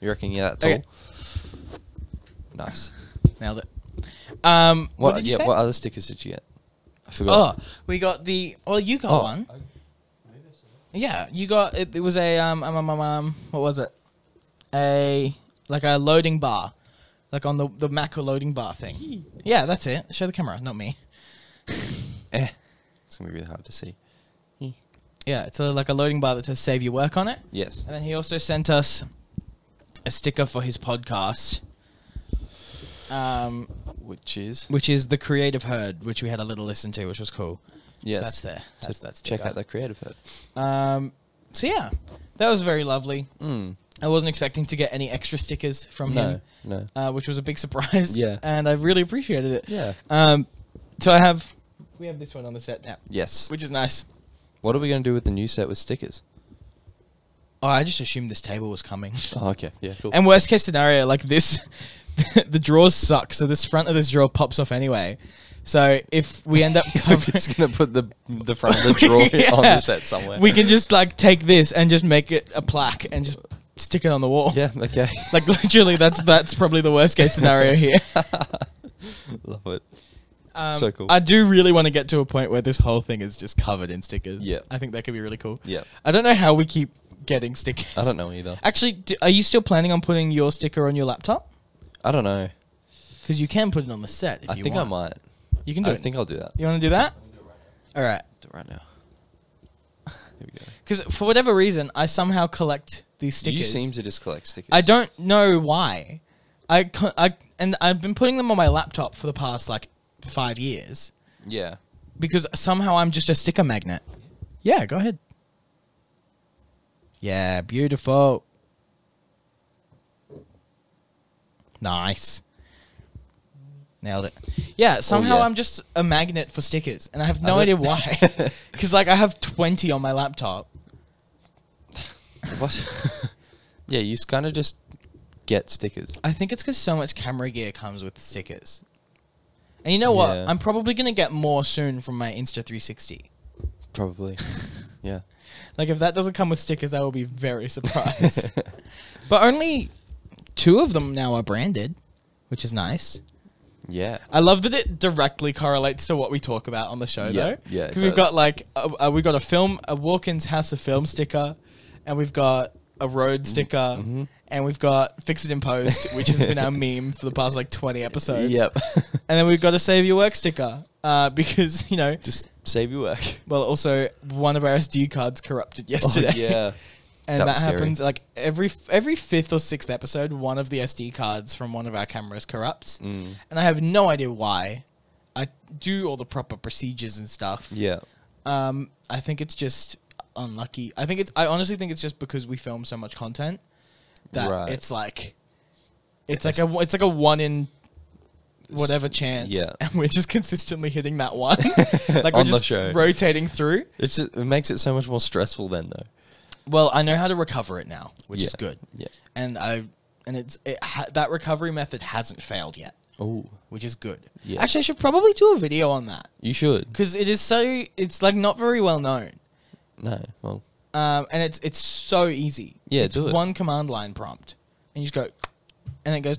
[SPEAKER 2] you reckon you're that tall?
[SPEAKER 1] Okay.
[SPEAKER 2] Nice.
[SPEAKER 1] Nailed it. Um,
[SPEAKER 2] What,
[SPEAKER 1] what, did you
[SPEAKER 2] yeah,
[SPEAKER 1] say?
[SPEAKER 2] what other stickers did you get?
[SPEAKER 1] Oh,
[SPEAKER 2] I forgot.
[SPEAKER 1] we got the. Well, you got
[SPEAKER 2] Oh.
[SPEAKER 1] one. Yeah, you got it. It was a um, um, um, um, um, what was it? A like a loading bar, like on the the macro loading bar thing. yeah, that's it. Show the camera, not me.
[SPEAKER 2] Eh. It's going to be really hard to see.
[SPEAKER 1] Yeah, it's a, like a loading bar that says "Save Your Work" on it.
[SPEAKER 2] Yes.
[SPEAKER 1] And then he also sent us a sticker for his podcast, um,
[SPEAKER 2] Which is.
[SPEAKER 1] which is the Creative Herd, which we had a little listen to, which was cool. So
[SPEAKER 2] Yes.
[SPEAKER 1] that's there. That's that's
[SPEAKER 2] Check out the creative hood.
[SPEAKER 1] Um, so yeah, that was very lovely.
[SPEAKER 2] Mm.
[SPEAKER 1] I wasn't expecting to get any extra stickers from
[SPEAKER 2] No.
[SPEAKER 1] him,
[SPEAKER 2] No.
[SPEAKER 1] uh, which was a big surprise.
[SPEAKER 2] Yeah.
[SPEAKER 1] and I really appreciated it.
[SPEAKER 2] Yeah.
[SPEAKER 1] Um, so I have we have this one on the set now,
[SPEAKER 2] Yes.
[SPEAKER 1] which is nice.
[SPEAKER 2] What are we going to do with the new set with stickers?
[SPEAKER 1] Oh, I just assumed this table was coming.
[SPEAKER 2] Oh, okay. Yeah, cool.
[SPEAKER 1] And worst case scenario, like this, the drawers suck. So this front of this drawer pops off anyway. So if we end up
[SPEAKER 2] I'm
[SPEAKER 1] covering,
[SPEAKER 2] just going to put the, the front of the drawer on
[SPEAKER 1] Yeah.
[SPEAKER 2] the set somewhere.
[SPEAKER 1] we can just like take this and just make it a plaque and just stick it on the wall.
[SPEAKER 2] Yeah, okay.
[SPEAKER 1] Like literally, that's that's probably the worst case scenario here.
[SPEAKER 2] Love it.
[SPEAKER 1] Um,
[SPEAKER 2] So cool.
[SPEAKER 1] I do really want to get to a point where this whole thing is just covered in stickers.
[SPEAKER 2] Yeah.
[SPEAKER 1] I think that could be really cool.
[SPEAKER 2] Yeah.
[SPEAKER 1] I don't know how we keep getting stickers.
[SPEAKER 2] I don't know either.
[SPEAKER 1] Actually, do, are you still planning on putting your sticker on your laptop?
[SPEAKER 2] I don't know.
[SPEAKER 1] Because you can put it on the set if
[SPEAKER 2] I
[SPEAKER 1] you
[SPEAKER 2] think
[SPEAKER 1] want.
[SPEAKER 2] I might.
[SPEAKER 1] You can do
[SPEAKER 2] I
[SPEAKER 1] it.
[SPEAKER 2] think I'll do that.
[SPEAKER 1] You want to do that? All right.
[SPEAKER 2] Do it right now. Here we go.
[SPEAKER 1] Because for whatever reason, I somehow collect these stickers.
[SPEAKER 2] You seem to just collect stickers.
[SPEAKER 1] I don't know why. I, co- I and I've been putting them on my laptop for the past like five years
[SPEAKER 2] yeah.
[SPEAKER 1] because somehow I'm just a sticker magnet. Yeah, go ahead. Yeah, beautiful. Nice. Nailed it. Yeah, somehow
[SPEAKER 2] Oh, yeah.
[SPEAKER 1] I'm just a magnet for stickers, and I have no
[SPEAKER 2] I don't-
[SPEAKER 1] idea why. Because like I have twenty on my laptop.
[SPEAKER 2] What? yeah, you kind of just get stickers.
[SPEAKER 1] I think it's because so much camera gear comes with stickers. And you know what?
[SPEAKER 2] Yeah.
[SPEAKER 1] I'm probably gonna get more soon from my Insta 360.
[SPEAKER 2] Probably. yeah.
[SPEAKER 1] Like if that doesn't come with stickers, I will be very surprised. but only two of them now are branded, which is nice.
[SPEAKER 2] Yeah.
[SPEAKER 1] I love that it directly correlates to what we talk about on the show,
[SPEAKER 2] Yeah,
[SPEAKER 1] though.
[SPEAKER 2] yeah, it
[SPEAKER 1] because we've
[SPEAKER 2] does.
[SPEAKER 1] got like a, a, we've got a film, a Walkins House of Film sticker, and we've got a road
[SPEAKER 2] Mm-hmm.
[SPEAKER 1] sticker, and we've got Fix It in Post, which has been our meme for the past like twenty episodes. And then we've got a Save Your Work sticker, uh, because you know,
[SPEAKER 2] just save your work.
[SPEAKER 1] well, also one of our SD cards corrupted
[SPEAKER 2] Oh,
[SPEAKER 1] yesterday.
[SPEAKER 2] yeah.
[SPEAKER 1] and
[SPEAKER 2] That
[SPEAKER 1] that,
[SPEAKER 2] was scary.
[SPEAKER 1] happens like every every fifth or sixth episode, one of the SD cards from one of our cameras corrupts,
[SPEAKER 2] Mm.
[SPEAKER 1] and I have no idea why. I do all the proper procedures and stuff.
[SPEAKER 2] Yeah.
[SPEAKER 1] Um, I think it's just unlucky. I think it's. I honestly think it's just because we film so much content that
[SPEAKER 2] Right.
[SPEAKER 1] it's like, it's like a it's like a one in whatever chance.
[SPEAKER 2] yeah.
[SPEAKER 1] and we're just consistently hitting that one. like we're
[SPEAKER 2] On the
[SPEAKER 1] just
[SPEAKER 2] show.
[SPEAKER 1] rotating through.
[SPEAKER 2] It's just, it makes it so much more stressful then though.
[SPEAKER 1] Well, I know how to recover it now, which
[SPEAKER 2] yeah.
[SPEAKER 1] is good.
[SPEAKER 2] Yeah.
[SPEAKER 1] and I and it's it ha- that recovery method hasn't failed yet.
[SPEAKER 2] Oh,
[SPEAKER 1] which is good.
[SPEAKER 2] Yeah.
[SPEAKER 1] Actually, I should probably do a video on that
[SPEAKER 2] you should.
[SPEAKER 1] because it is so it's like not very well known,
[SPEAKER 2] No, well,
[SPEAKER 1] um, and it's it's so easy.
[SPEAKER 2] Yeah,
[SPEAKER 1] it's
[SPEAKER 2] do it.
[SPEAKER 1] one command line prompt, and you just go, and it goes,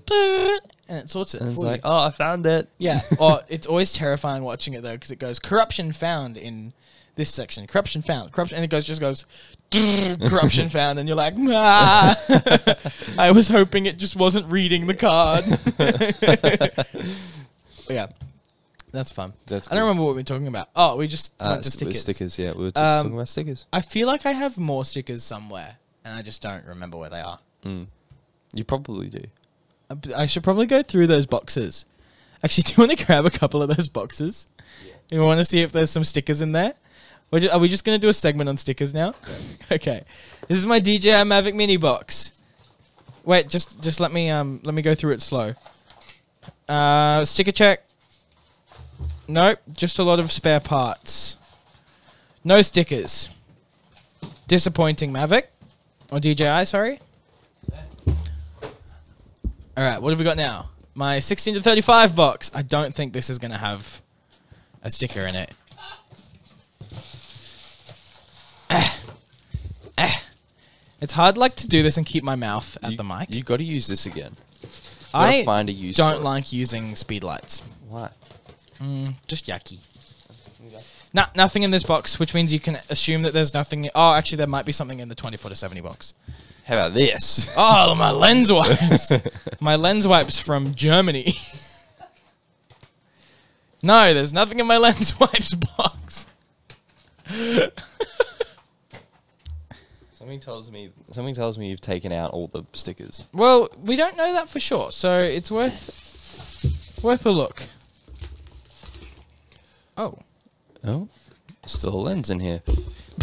[SPEAKER 1] and it sorts it.
[SPEAKER 2] and it's
[SPEAKER 1] for you.
[SPEAKER 2] like, oh, I found it.
[SPEAKER 1] Yeah, or it's always terrifying watching it though because it goes corruption found in this section, corruption found, corruption, and it goes just goes corruption found, and you're like, nah. I was hoping it just wasn't reading the card. But yeah, that's fun.
[SPEAKER 2] That's
[SPEAKER 1] I don't
[SPEAKER 2] cool.
[SPEAKER 1] remember what we were talking about. Oh, we just
[SPEAKER 2] Uh,
[SPEAKER 1] went to
[SPEAKER 2] s- with
[SPEAKER 1] stickers.
[SPEAKER 2] stickers, yeah. We were just
[SPEAKER 1] Um,
[SPEAKER 2] talking about stickers.
[SPEAKER 1] I feel like I have more stickers somewhere, and I just don't remember where they are.
[SPEAKER 2] Mm. You probably do.
[SPEAKER 1] I- I should probably go through those boxes. Actually, do you want to grab a couple of those boxes? You want to see if there's some stickers in there? We're ju- are we just going to do a segment on stickers now? okay. This is my DJI Mavic Mini box. Wait, just just let me um let me go through it slow. Uh, sticker check. Nope, just a lot of spare parts. No stickers. Disappointing Mavic or DJI, sorry. All right, what have we got now? My 16 to 35 box. I don't think this is going to have a sticker in it. Ah. Ah. It's hard like to do this and keep my mouth at
[SPEAKER 2] you,
[SPEAKER 1] the mic.
[SPEAKER 2] You got to use this again. gotta
[SPEAKER 1] I
[SPEAKER 2] find a use
[SPEAKER 1] don't
[SPEAKER 2] for it.
[SPEAKER 1] like using speed lights.
[SPEAKER 2] Why?
[SPEAKER 1] Mm, just yucky. No, nothing in this box, which means you can assume that there's nothing. Oh, actually, there might be something in the 24 to 70 box.
[SPEAKER 2] How about this?
[SPEAKER 1] Oh, my lens wipes. my lens wipes from Germany. no, there's nothing in my lens wipes box.
[SPEAKER 2] Something tells me. Something tells me you've taken out all the stickers.
[SPEAKER 1] Well, we don't know that for sure, so it's worth worth a look. Oh,
[SPEAKER 2] Oh, still a lens in here.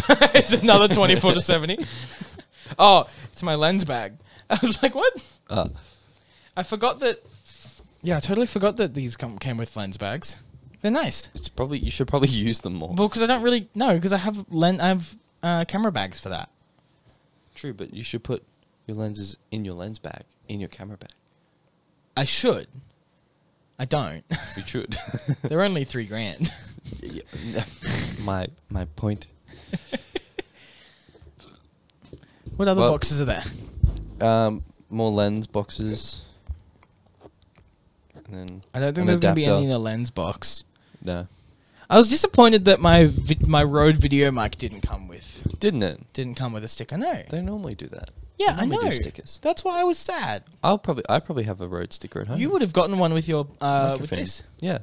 [SPEAKER 1] it's another 24 to 70. Oh, it's my lens bag. I was like, what?
[SPEAKER 2] Uh,
[SPEAKER 1] I forgot that. Yeah, I totally forgot that these come, came with lens bags. They're nice.
[SPEAKER 2] it's probably you should probably use them more.
[SPEAKER 1] Well, because I don't really know, because I have len- I have uh, camera bags for that.
[SPEAKER 2] True, but you should put your lenses in your lens bag, in your camera bag.
[SPEAKER 1] I should. I don't.
[SPEAKER 2] You should.
[SPEAKER 1] They're only three grand.
[SPEAKER 2] Yeah, no. my my point.
[SPEAKER 1] what other
[SPEAKER 2] Well-
[SPEAKER 1] boxes are there?
[SPEAKER 2] Um, more lens boxes. And then
[SPEAKER 1] I don't think
[SPEAKER 2] an
[SPEAKER 1] there's going to be
[SPEAKER 2] adapter.
[SPEAKER 1] any uh, in a lens box.
[SPEAKER 2] No,
[SPEAKER 1] I was disappointed that my vi- my Rode video mic didn't come with
[SPEAKER 2] didn't it?
[SPEAKER 1] didn't come with a sticker. No.
[SPEAKER 2] They normally do that.
[SPEAKER 1] Yeah,
[SPEAKER 2] They
[SPEAKER 1] I
[SPEAKER 2] normally
[SPEAKER 1] know.
[SPEAKER 2] do stickers. Oh.
[SPEAKER 1] That's why I was sad.
[SPEAKER 2] I'll probably I probably have a road sticker at home.
[SPEAKER 1] You would have gotten one with your uh, with
[SPEAKER 2] Microfilm.
[SPEAKER 1] this. Hmm.
[SPEAKER 2] Yeah.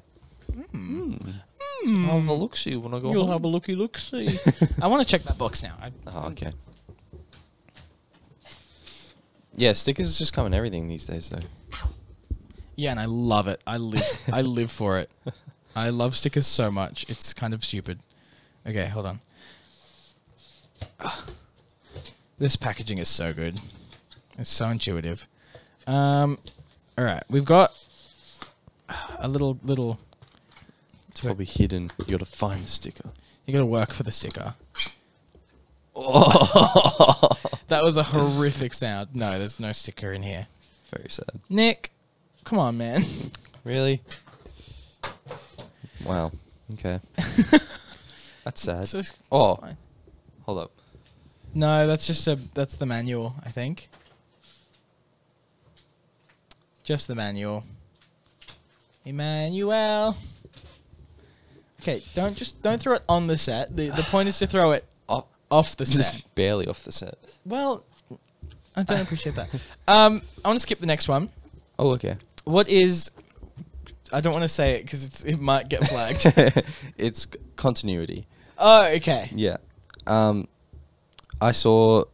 [SPEAKER 2] Hmm. I'll have a look see when I go
[SPEAKER 1] You'll
[SPEAKER 2] home.
[SPEAKER 1] have a looky look see. I want to check that box now. I,
[SPEAKER 2] Oh, okay. Yeah, stickers just come in everything these days, though.
[SPEAKER 1] Yeah, and I love it. I live I live for it. I love stickers so much. It's kind of stupid. Okay, hold on. Ah. This packaging is so good. It's so intuitive. Um all right, we've got a little little
[SPEAKER 2] It's probably hidden. You got to find the sticker.
[SPEAKER 1] you got to work for the sticker.
[SPEAKER 2] Oh,
[SPEAKER 1] That was a horrific sound. No, there's no sticker in here.
[SPEAKER 2] very sad.
[SPEAKER 1] Nick, come on, man.
[SPEAKER 2] Really? Wow. Okay. That's sad.
[SPEAKER 1] It's- it's
[SPEAKER 2] oh,
[SPEAKER 1] fine.
[SPEAKER 2] hold up.
[SPEAKER 1] No, that's just a that's the manual, I think. Just the manual. Emmanuel. Okay, don't just don't throw it on the set. The the point is to throw it
[SPEAKER 2] Oh,
[SPEAKER 1] off the
[SPEAKER 2] this is
[SPEAKER 1] set.
[SPEAKER 2] barely off the set.
[SPEAKER 1] Well, I don't appreciate that. Um, I want to skip the next one.
[SPEAKER 2] Oh, okay.
[SPEAKER 1] What is? I don't want to say it because it's it might get flagged.
[SPEAKER 2] it's c- continuity.
[SPEAKER 1] oh, okay.
[SPEAKER 2] Yeah. Um, I saw.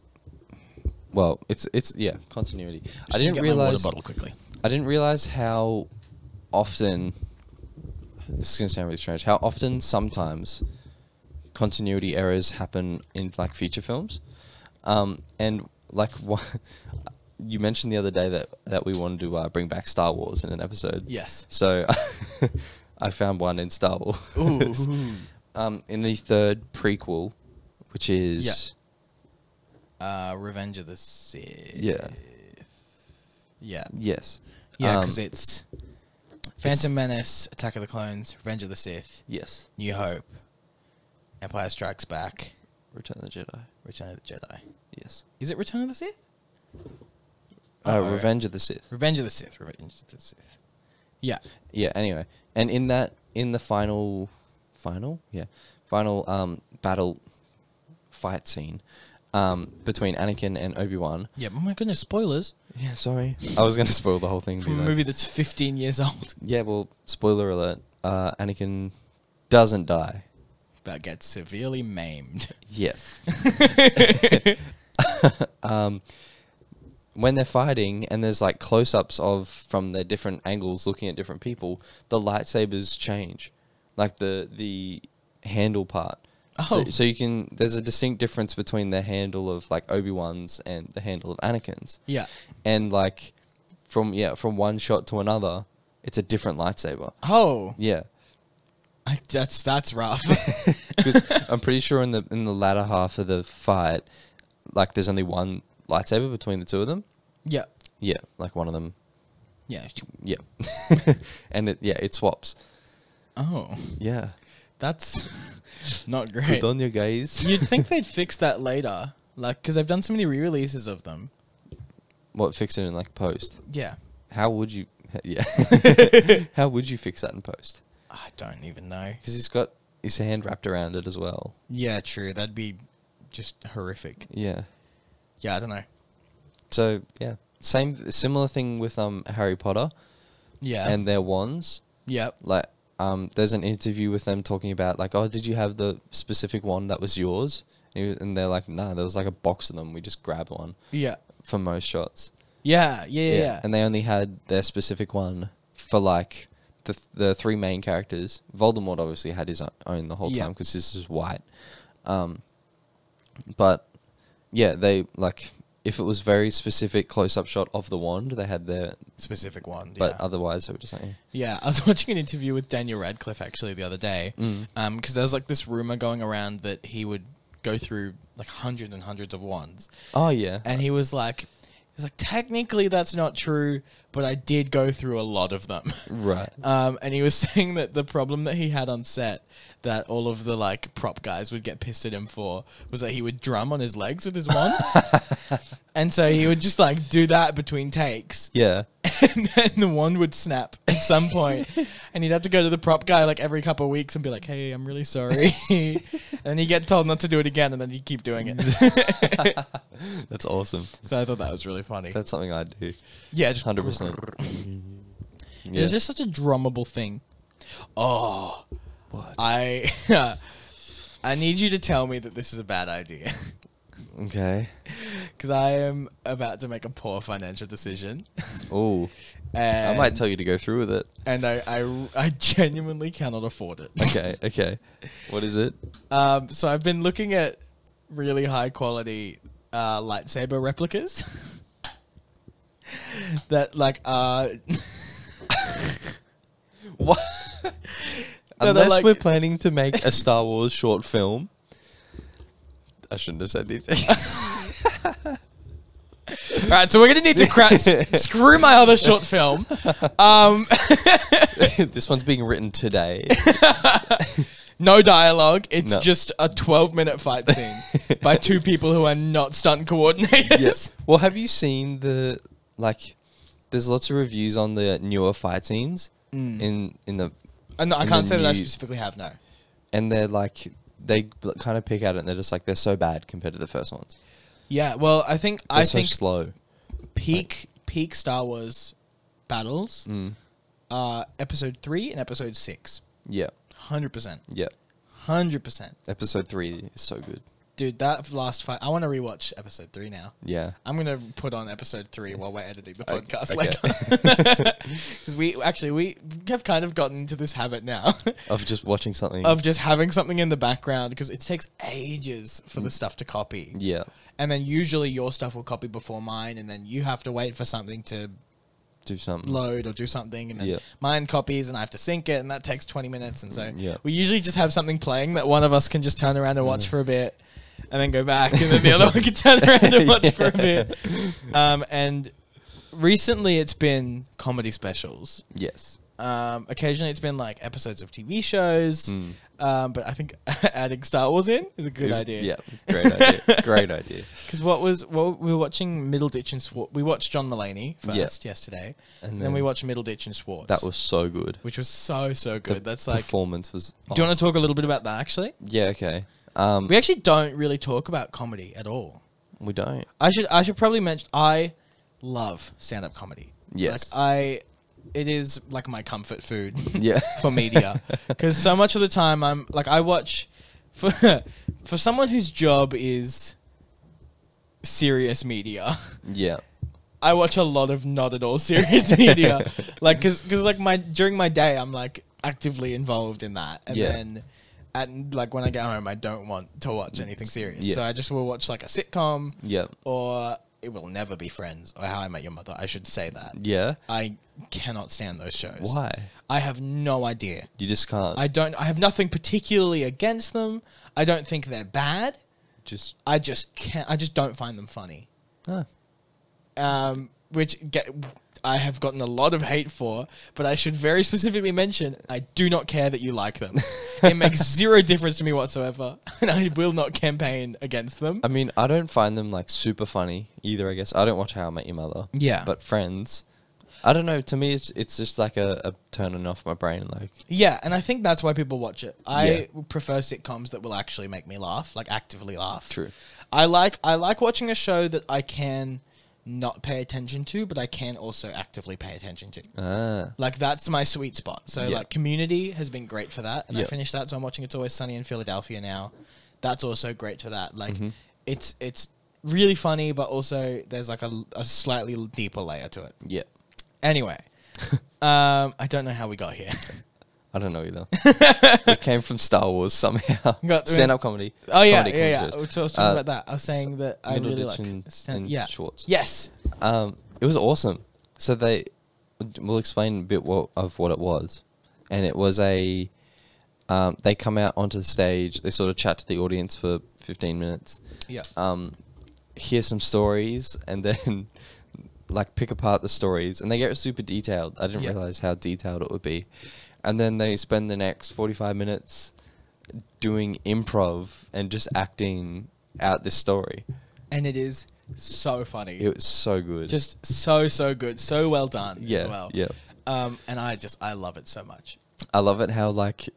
[SPEAKER 2] Well, it's it's yeah continuity. I
[SPEAKER 1] Just gonna
[SPEAKER 2] didn't
[SPEAKER 1] get my water
[SPEAKER 2] realize.
[SPEAKER 1] bottle quickly.
[SPEAKER 2] I didn't realize how often. This is gonna sound really strange. How often sometimes continuity errors happen in like feature films, um, and like one, you mentioned the other day that that we wanted to uh, bring back Star Wars in an episode.
[SPEAKER 1] Yes.
[SPEAKER 2] So I found one in Star Wars.
[SPEAKER 1] Ooh.
[SPEAKER 2] um, in the third prequel, which is
[SPEAKER 1] Uh, Revenge of the Sith.
[SPEAKER 2] yeah,
[SPEAKER 1] Yeah.
[SPEAKER 2] yes,
[SPEAKER 1] Yeah,
[SPEAKER 2] Um,
[SPEAKER 1] because it's Phantom
[SPEAKER 2] It's-
[SPEAKER 1] Menace, Attack of the Clones, Revenge of the Sith,
[SPEAKER 2] Yes.
[SPEAKER 1] New Hope, Empire Strikes Back,
[SPEAKER 2] Return of the Jedi.
[SPEAKER 1] Return of the Jedi.
[SPEAKER 2] Yes.
[SPEAKER 1] Is it Return of the Sith?
[SPEAKER 2] Uh,
[SPEAKER 1] Oh, right.
[SPEAKER 2] Revenge of the Sith.
[SPEAKER 1] Revenge of the Sith. Revenge of the Sith. Yeah.
[SPEAKER 2] yeah anyway and in that in the final final yeah final um battle fight scene um between anakin and obi-wan
[SPEAKER 1] Yeah. Oh my goodness! Spoilers
[SPEAKER 2] yeah sorry i was gonna spoil the whole thing
[SPEAKER 1] from a
[SPEAKER 2] but-
[SPEAKER 1] movie that's 15 years old,
[SPEAKER 2] yeah well spoiler alert uh anakin doesn't die
[SPEAKER 1] but gets severely maimed.
[SPEAKER 2] yes um when they're fighting and there's like close-ups of from their different angles looking at different people the lightsabers change like the the handle part
[SPEAKER 1] Oh.
[SPEAKER 2] so, so you can there's a distinct difference between the handle of like obi-wan's and the handle of anakin's
[SPEAKER 1] yeah.
[SPEAKER 2] and like from yeah from one shot to another it's a different lightsaber
[SPEAKER 1] Oh,
[SPEAKER 2] yeah
[SPEAKER 1] I, that's that's rough.
[SPEAKER 2] because I'm pretty sure in the in the latter half of the fight, like there's only one lightsaber between the two of them.
[SPEAKER 1] yeah.
[SPEAKER 2] Yeah, like one of them.
[SPEAKER 1] Yeah.
[SPEAKER 2] Yeah, and it, yeah, it swaps.
[SPEAKER 1] Oh,
[SPEAKER 2] Yeah,
[SPEAKER 1] that's not great.
[SPEAKER 2] good on you guys.
[SPEAKER 1] You'd think they'd fix that later, like because they've done so many re-releases of them.
[SPEAKER 2] what fix it in like post?
[SPEAKER 1] Yeah,
[SPEAKER 2] How would you? Yeah, how would you fix that in post?
[SPEAKER 1] I don't even know.
[SPEAKER 2] Because he's got his hand wrapped around it as well.
[SPEAKER 1] Yeah, true. That'd be just horrific.
[SPEAKER 2] Yeah.
[SPEAKER 1] Yeah, I don't know.
[SPEAKER 2] So yeah, same similar thing with um Harry Potter
[SPEAKER 1] Yeah,
[SPEAKER 2] and their wands.
[SPEAKER 1] yeah,
[SPEAKER 2] like um, there's an interview with them talking about like, oh, did you have the specific one that was yours? And, he was- and they're like, nah, there was like a box of them. We just grabbed one
[SPEAKER 1] yeah,
[SPEAKER 2] for most shots.
[SPEAKER 1] yeah, yeah, yeah. yeah.
[SPEAKER 2] And they only had their specific one for like the th- the three main characters. Voldemort obviously had his o- own the whole time 'cause
[SPEAKER 1] Yeah.
[SPEAKER 2] time because this is white. Um, but yeah, they like if it was very specific close up shot of the wand, they had their.
[SPEAKER 1] Specific one.
[SPEAKER 2] But
[SPEAKER 1] yeah.
[SPEAKER 2] otherwise, they were just like, eh.
[SPEAKER 1] Yeah, I was watching an interview with Daniel Radcliffe actually the other day, because
[SPEAKER 2] Mm.
[SPEAKER 1] there was like this rumor going around that he would go through like hundreds and hundreds of wands,
[SPEAKER 2] oh yeah,
[SPEAKER 1] and he was like, he was like, technically that's not true, but I did go through a lot of them.
[SPEAKER 2] right.
[SPEAKER 1] Um, and he was saying that the problem that he had on set that all of the like prop guys would get pissed at him for was that he would drum on his legs with his wand. and so he would just like do that between takes
[SPEAKER 2] Yeah.
[SPEAKER 1] and then the wand would snap at some point and he'd have to go to the prop guy like every couple of weeks and be like hey i'm really sorry and then you get told not to do it again and then you keep doing it
[SPEAKER 2] That's awesome.
[SPEAKER 1] so i thought that was really funny
[SPEAKER 2] That's something I'd do.
[SPEAKER 1] yeah just
[SPEAKER 2] Hundred percent.
[SPEAKER 1] it was just such a drummable thing oh
[SPEAKER 2] What?
[SPEAKER 1] i i need you to tell me that this is a bad idea
[SPEAKER 2] Okay.
[SPEAKER 1] because i am about to make a poor financial decision
[SPEAKER 2] Oh, I
[SPEAKER 1] and
[SPEAKER 2] might tell you to go through with it.
[SPEAKER 1] and I, I i genuinely cannot afford it
[SPEAKER 2] Okay. Okay. What is it?
[SPEAKER 1] Um, so I've been looking at really high quality uh, lightsaber replicas that like uh, are
[SPEAKER 2] What?
[SPEAKER 1] No, they're
[SPEAKER 2] Unless
[SPEAKER 1] like-
[SPEAKER 2] we're planning to make a Star Wars short film. I shouldn't have said anything.
[SPEAKER 1] all right. So we're gonna need to cra- s- screw my other short film. Um,
[SPEAKER 2] this one's being written today.
[SPEAKER 1] no dialogue. It's
[SPEAKER 2] No.
[SPEAKER 1] just a twelve-minute fight scene by two people who are not stunt coordinators.
[SPEAKER 2] yes. Well, have you seen the like? There's lots of reviews on the newer fight scenes in in the
[SPEAKER 1] Uh, no, I
[SPEAKER 2] And
[SPEAKER 1] can't say
[SPEAKER 2] then
[SPEAKER 1] that I
[SPEAKER 2] you-
[SPEAKER 1] specifically have no.
[SPEAKER 2] and they're like they kind of pick at it and they're just like they're so bad compared to the first ones.
[SPEAKER 1] Yeah. Well, I think
[SPEAKER 2] They're
[SPEAKER 1] I
[SPEAKER 2] so
[SPEAKER 1] think
[SPEAKER 2] slow.
[SPEAKER 1] peak peak Star Wars battles
[SPEAKER 2] Mm.
[SPEAKER 1] are episode three and episode six.
[SPEAKER 2] Yeah,
[SPEAKER 1] Hundred percent.
[SPEAKER 2] yeah.
[SPEAKER 1] Hundred percent,
[SPEAKER 2] Episode three is so good.
[SPEAKER 1] dude. That last fight, I want to rewatch episode three now.
[SPEAKER 2] Yeah,
[SPEAKER 1] I'm gonna put on episode three while we're editing the
[SPEAKER 2] Okay,
[SPEAKER 1] podcast
[SPEAKER 2] okay.
[SPEAKER 1] later, because we actually we have kind of gotten into this habit now
[SPEAKER 2] of just watching something.
[SPEAKER 1] of just having something in the background because it takes ages for the
[SPEAKER 2] Mm.
[SPEAKER 1] stuff to copy,
[SPEAKER 2] yeah,
[SPEAKER 1] and then usually your stuff will copy before mine, and then you have to wait for something to
[SPEAKER 2] do something.
[SPEAKER 1] load or do something, and then
[SPEAKER 2] Mm. Yeah.
[SPEAKER 1] mine copies, and I have to sync it, and that takes 20 minutes. And so
[SPEAKER 2] Mm, Yeah.
[SPEAKER 1] we usually just have something playing that one of us can just turn around and watch for a bit, and then go back, and then the other one can turn around and watch for a bit. Um, and recently, it's been comedy specials.
[SPEAKER 2] yes.
[SPEAKER 1] Um, occasionally, it's been like episodes of TV shows,
[SPEAKER 2] Mm.
[SPEAKER 1] um, but I think adding Star Wars in is a good
[SPEAKER 2] It's-
[SPEAKER 1] idea.
[SPEAKER 2] Yeah, great idea. great idea.
[SPEAKER 1] Because what was what we were watching Middleditch and Swart. We watched John Mulaney
[SPEAKER 2] Yeah.
[SPEAKER 1] first yesterday,
[SPEAKER 2] And
[SPEAKER 1] and then,
[SPEAKER 2] then-
[SPEAKER 1] we watched Middleditch and Swartz.
[SPEAKER 2] That was so good.
[SPEAKER 1] which was so so
[SPEAKER 2] The
[SPEAKER 1] good. That's like.
[SPEAKER 2] performance was. oh,
[SPEAKER 1] Do you want to talk a little bit about that? Actually,
[SPEAKER 2] Yeah. Okay. Um,
[SPEAKER 1] we actually don't really talk about comedy at all.
[SPEAKER 2] we don't.
[SPEAKER 1] I should I should probably mention I love stand up comedy.
[SPEAKER 2] Yes.
[SPEAKER 1] Like I it is like my comfort food
[SPEAKER 2] Yeah.
[SPEAKER 1] for media cuz so much of the time I'm like I watch for for someone whose job is serious media.
[SPEAKER 2] Yeah.
[SPEAKER 1] I watch a lot of not at all serious media. Like cuz cuz like my during my day I'm like actively involved in that and
[SPEAKER 2] Yeah.
[SPEAKER 1] then and like when I get home I don't want to watch anything serious.
[SPEAKER 2] Yeah.
[SPEAKER 1] So I just will watch like a sitcom
[SPEAKER 2] Yeah.
[SPEAKER 1] or it will never be friends or how i met your mother i should say that
[SPEAKER 2] Yeah.
[SPEAKER 1] i cannot stand those shows
[SPEAKER 2] Why?
[SPEAKER 1] i have no idea
[SPEAKER 2] You just can't.
[SPEAKER 1] i don't i have nothing particularly against them i don't think they're bad
[SPEAKER 2] just.
[SPEAKER 1] i just can't i just don't find them funny
[SPEAKER 2] Huh.
[SPEAKER 1] um, which get, i have gotten a lot of hate for but i should very specifically mention i do not care that you like them it makes zero difference to me whatsoever and i will not campaign against them
[SPEAKER 2] I mean, I don't find them like super funny either. I guess I don't watch How I Met Your Mother.
[SPEAKER 1] Yeah.
[SPEAKER 2] But Friends, I don't know. To me, it's it's just like a, a turning off my brain. Like,
[SPEAKER 1] Yeah, and I think that's why people watch it. I
[SPEAKER 2] Yeah.
[SPEAKER 1] prefer sitcoms that will actually make me laugh, like actively laugh.
[SPEAKER 2] True.
[SPEAKER 1] I like I like watching a show that I can not pay attention to, but I can also actively pay attention to.
[SPEAKER 2] ah,
[SPEAKER 1] Like that's my sweet spot. So
[SPEAKER 2] Yeah.
[SPEAKER 1] like Community has been great for that, and
[SPEAKER 2] Yeah.
[SPEAKER 1] I finished that, so I'm watching It's Always Sunny in Philadelphia now. That's also great for that. Like
[SPEAKER 2] Mhm.
[SPEAKER 1] it's it's really funny, but also there's like a, a slightly deeper layer to it.
[SPEAKER 2] yeah.
[SPEAKER 1] Anyway, um, I don't know how we got here.
[SPEAKER 2] I don't know either. it came from Star Wars somehow.
[SPEAKER 1] Got-
[SPEAKER 2] Stand up comedy.
[SPEAKER 1] Oh yeah,
[SPEAKER 2] Comedy
[SPEAKER 1] yeah, yeah.
[SPEAKER 2] comedy
[SPEAKER 1] I
[SPEAKER 2] shows.
[SPEAKER 1] was I was talking
[SPEAKER 2] Uh,
[SPEAKER 1] about that. I was saying that I
[SPEAKER 2] Middle
[SPEAKER 1] really like
[SPEAKER 2] Ditch and-
[SPEAKER 1] stand-
[SPEAKER 2] and
[SPEAKER 1] yeah.
[SPEAKER 2] Schwartz.
[SPEAKER 1] Yes.
[SPEAKER 2] Um, it was awesome. So they, we'll explain a bit what, of what it was, and it was a, um, they come out onto the stage. They sort of chat to the audience for fifteen minutes.
[SPEAKER 1] Yeah.
[SPEAKER 2] Um, hear some stories and then, like, pick apart the stories. And they get super detailed. I didn't
[SPEAKER 1] Yeah.
[SPEAKER 2] realize how detailed it would be. And then they spend the next forty-five minutes doing improv and just acting out this story.
[SPEAKER 1] And it is so funny.
[SPEAKER 2] It was so good.
[SPEAKER 1] just so so good, so well done
[SPEAKER 2] yeah,
[SPEAKER 1] as well.
[SPEAKER 2] yeah.
[SPEAKER 1] Um, and I just I love it so much.
[SPEAKER 2] I love it how like,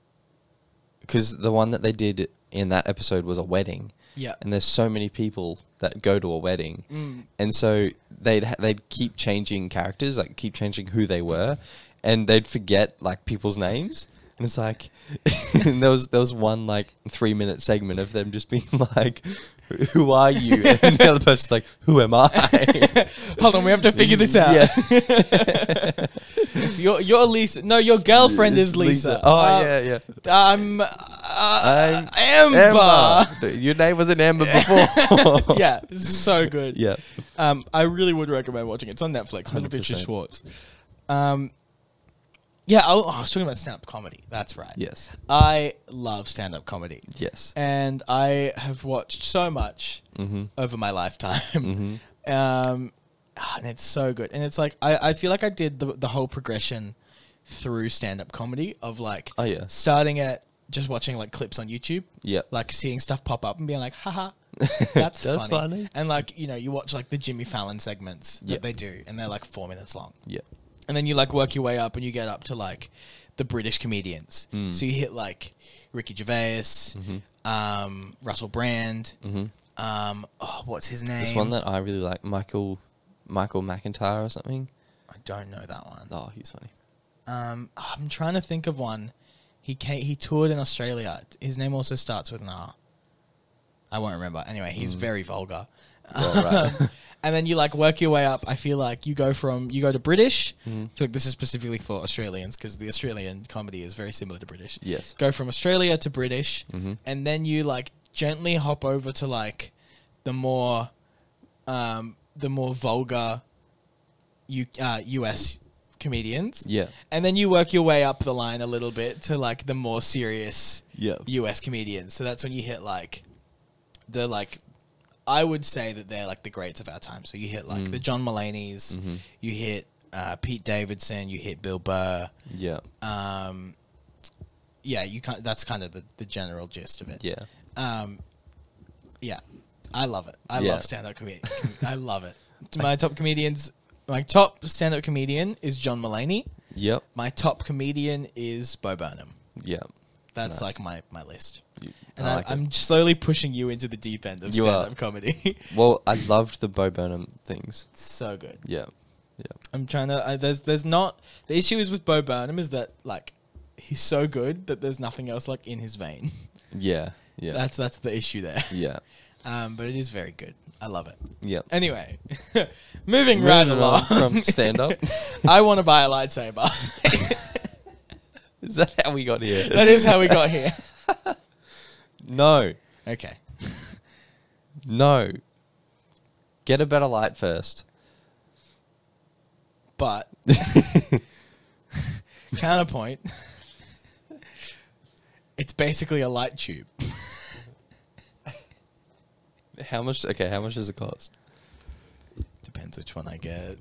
[SPEAKER 2] because the one that they did in that episode was a wedding,
[SPEAKER 1] Yeah.
[SPEAKER 2] and there's so many people that go to a wedding,
[SPEAKER 1] Mm.
[SPEAKER 2] and so they'd ha- they'd keep changing characters, like keep changing who they were, and they'd forget like people's names. And it's like and there was there was one like three minute segment of them just being like, "Who are you?" And the other person's like, "Who am I?"
[SPEAKER 1] Hold on, we have to figure this out.
[SPEAKER 2] Yeah.
[SPEAKER 1] your your Lisa. No, your girlfriend is Lisa.
[SPEAKER 2] Oh
[SPEAKER 1] Uh,
[SPEAKER 2] yeah, yeah.
[SPEAKER 1] I'm uh,
[SPEAKER 2] I'm
[SPEAKER 1] Amber.
[SPEAKER 2] Th- Your name wasn't Amber before.
[SPEAKER 1] yeah, so good.
[SPEAKER 2] Yeah.
[SPEAKER 1] Um, I really would recommend watching it. It's on Netflix. Middle Ditcher
[SPEAKER 2] 100%.
[SPEAKER 1] Schwartz. Um, yeah, I, oh, I was talking about stand-up comedy. That's right.
[SPEAKER 2] Yes.
[SPEAKER 1] I love stand-up comedy,
[SPEAKER 2] Yes.
[SPEAKER 1] and I have watched so much
[SPEAKER 2] Mm-hmm.
[SPEAKER 1] over my lifetime.
[SPEAKER 2] Mhm.
[SPEAKER 1] Um, ah, and it's so good. And it's like I, I feel like I did the the whole progression through stand-up comedy of like
[SPEAKER 2] Oh yeah.
[SPEAKER 1] starting at just watching like clips on YouTube
[SPEAKER 2] Yeah.
[SPEAKER 1] like seeing stuff pop up and being like, haha, that's,
[SPEAKER 2] That's
[SPEAKER 1] funny.
[SPEAKER 2] funny.
[SPEAKER 1] And like, you know, you watch like the Jimmy Fallon segments that
[SPEAKER 2] Yeah.
[SPEAKER 1] they do and they're like four minutes long.
[SPEAKER 2] Yeah.
[SPEAKER 1] And then you like work your way up and you get up to like the British comedians.
[SPEAKER 2] Mm.
[SPEAKER 1] So you hit like Ricky Gervais,
[SPEAKER 2] Mhm.
[SPEAKER 1] um, Russell Brand,
[SPEAKER 2] Mhm.
[SPEAKER 1] um, oh, what's his name?
[SPEAKER 2] There's one that I really like, Michael, Michael McIntyre or something.
[SPEAKER 1] I don't know that one.
[SPEAKER 2] Oh, he's funny.
[SPEAKER 1] Um, I'm trying to think of one. He came, he toured in Australia. His name also starts with an R. I won't remember. Anyway, he's very vulgar.
[SPEAKER 2] Yeah, Hmm. right.
[SPEAKER 1] and then you like work your way up. I feel like you go from you go to British.
[SPEAKER 2] Mhm.
[SPEAKER 1] I feel like this is specifically for Australians because the Australian comedy is very similar to British.
[SPEAKER 2] Yes.
[SPEAKER 1] Go from Australia to British,
[SPEAKER 2] Mhm.
[SPEAKER 1] and then you like gently hop over to like the more um, the more vulgar U- uh, US comedians
[SPEAKER 2] Yeah.
[SPEAKER 1] and then you work your way up the line a little bit to like the more serious
[SPEAKER 2] Yeah.
[SPEAKER 1] US comedians. So that's when you hit like the like I would say that they're like the greats of our time. So you hit like
[SPEAKER 2] Mm.
[SPEAKER 1] the John Mulaney's,
[SPEAKER 2] Mhm.
[SPEAKER 1] you hit uh, Pete Davidson, you hit Bill Burr.
[SPEAKER 2] Yeah.
[SPEAKER 1] Um, yeah, you can That's kind of the, the general gist of it.
[SPEAKER 2] Yeah.
[SPEAKER 1] Um, yeah, I love it. I
[SPEAKER 2] Yeah.
[SPEAKER 1] love stand up comedy. I love it. My top comedians, my top stand up comedian is John Mulaney.
[SPEAKER 2] Yep.
[SPEAKER 1] My top comedian is Bo Burnham.
[SPEAKER 2] Yeah.
[SPEAKER 1] That's
[SPEAKER 2] Nice.
[SPEAKER 1] like my, my list.
[SPEAKER 2] You-
[SPEAKER 1] And
[SPEAKER 2] I
[SPEAKER 1] I
[SPEAKER 2] like it.
[SPEAKER 1] I'm slowly pushing you into the deep end of
[SPEAKER 2] You
[SPEAKER 1] stand
[SPEAKER 2] are.
[SPEAKER 1] up comedy.
[SPEAKER 2] Well, I loved the Bo Burnham things.
[SPEAKER 1] It's so good.
[SPEAKER 2] Yeah. Yeah.
[SPEAKER 1] I'm trying to. I, there's there's not the issue is with Bo Burnham is that like he's so good that there's nothing else like in his vein.
[SPEAKER 2] Yeah. Yeah.
[SPEAKER 1] That's that's the issue there.
[SPEAKER 2] yeah.
[SPEAKER 1] Um, but it is very good. I love it.
[SPEAKER 2] Yeah.
[SPEAKER 1] Anyway, moving right
[SPEAKER 2] Moving on
[SPEAKER 1] along
[SPEAKER 2] from stand-up.
[SPEAKER 1] I want to buy a lightsaber.
[SPEAKER 2] Is that how we got here?
[SPEAKER 1] that is how we got here.
[SPEAKER 2] No.
[SPEAKER 1] Okay.
[SPEAKER 2] No. Get a better light first.
[SPEAKER 1] But counterpoint, it's basically a light tube.
[SPEAKER 2] How much? Okay, how much does it cost?
[SPEAKER 1] Depends which one I get.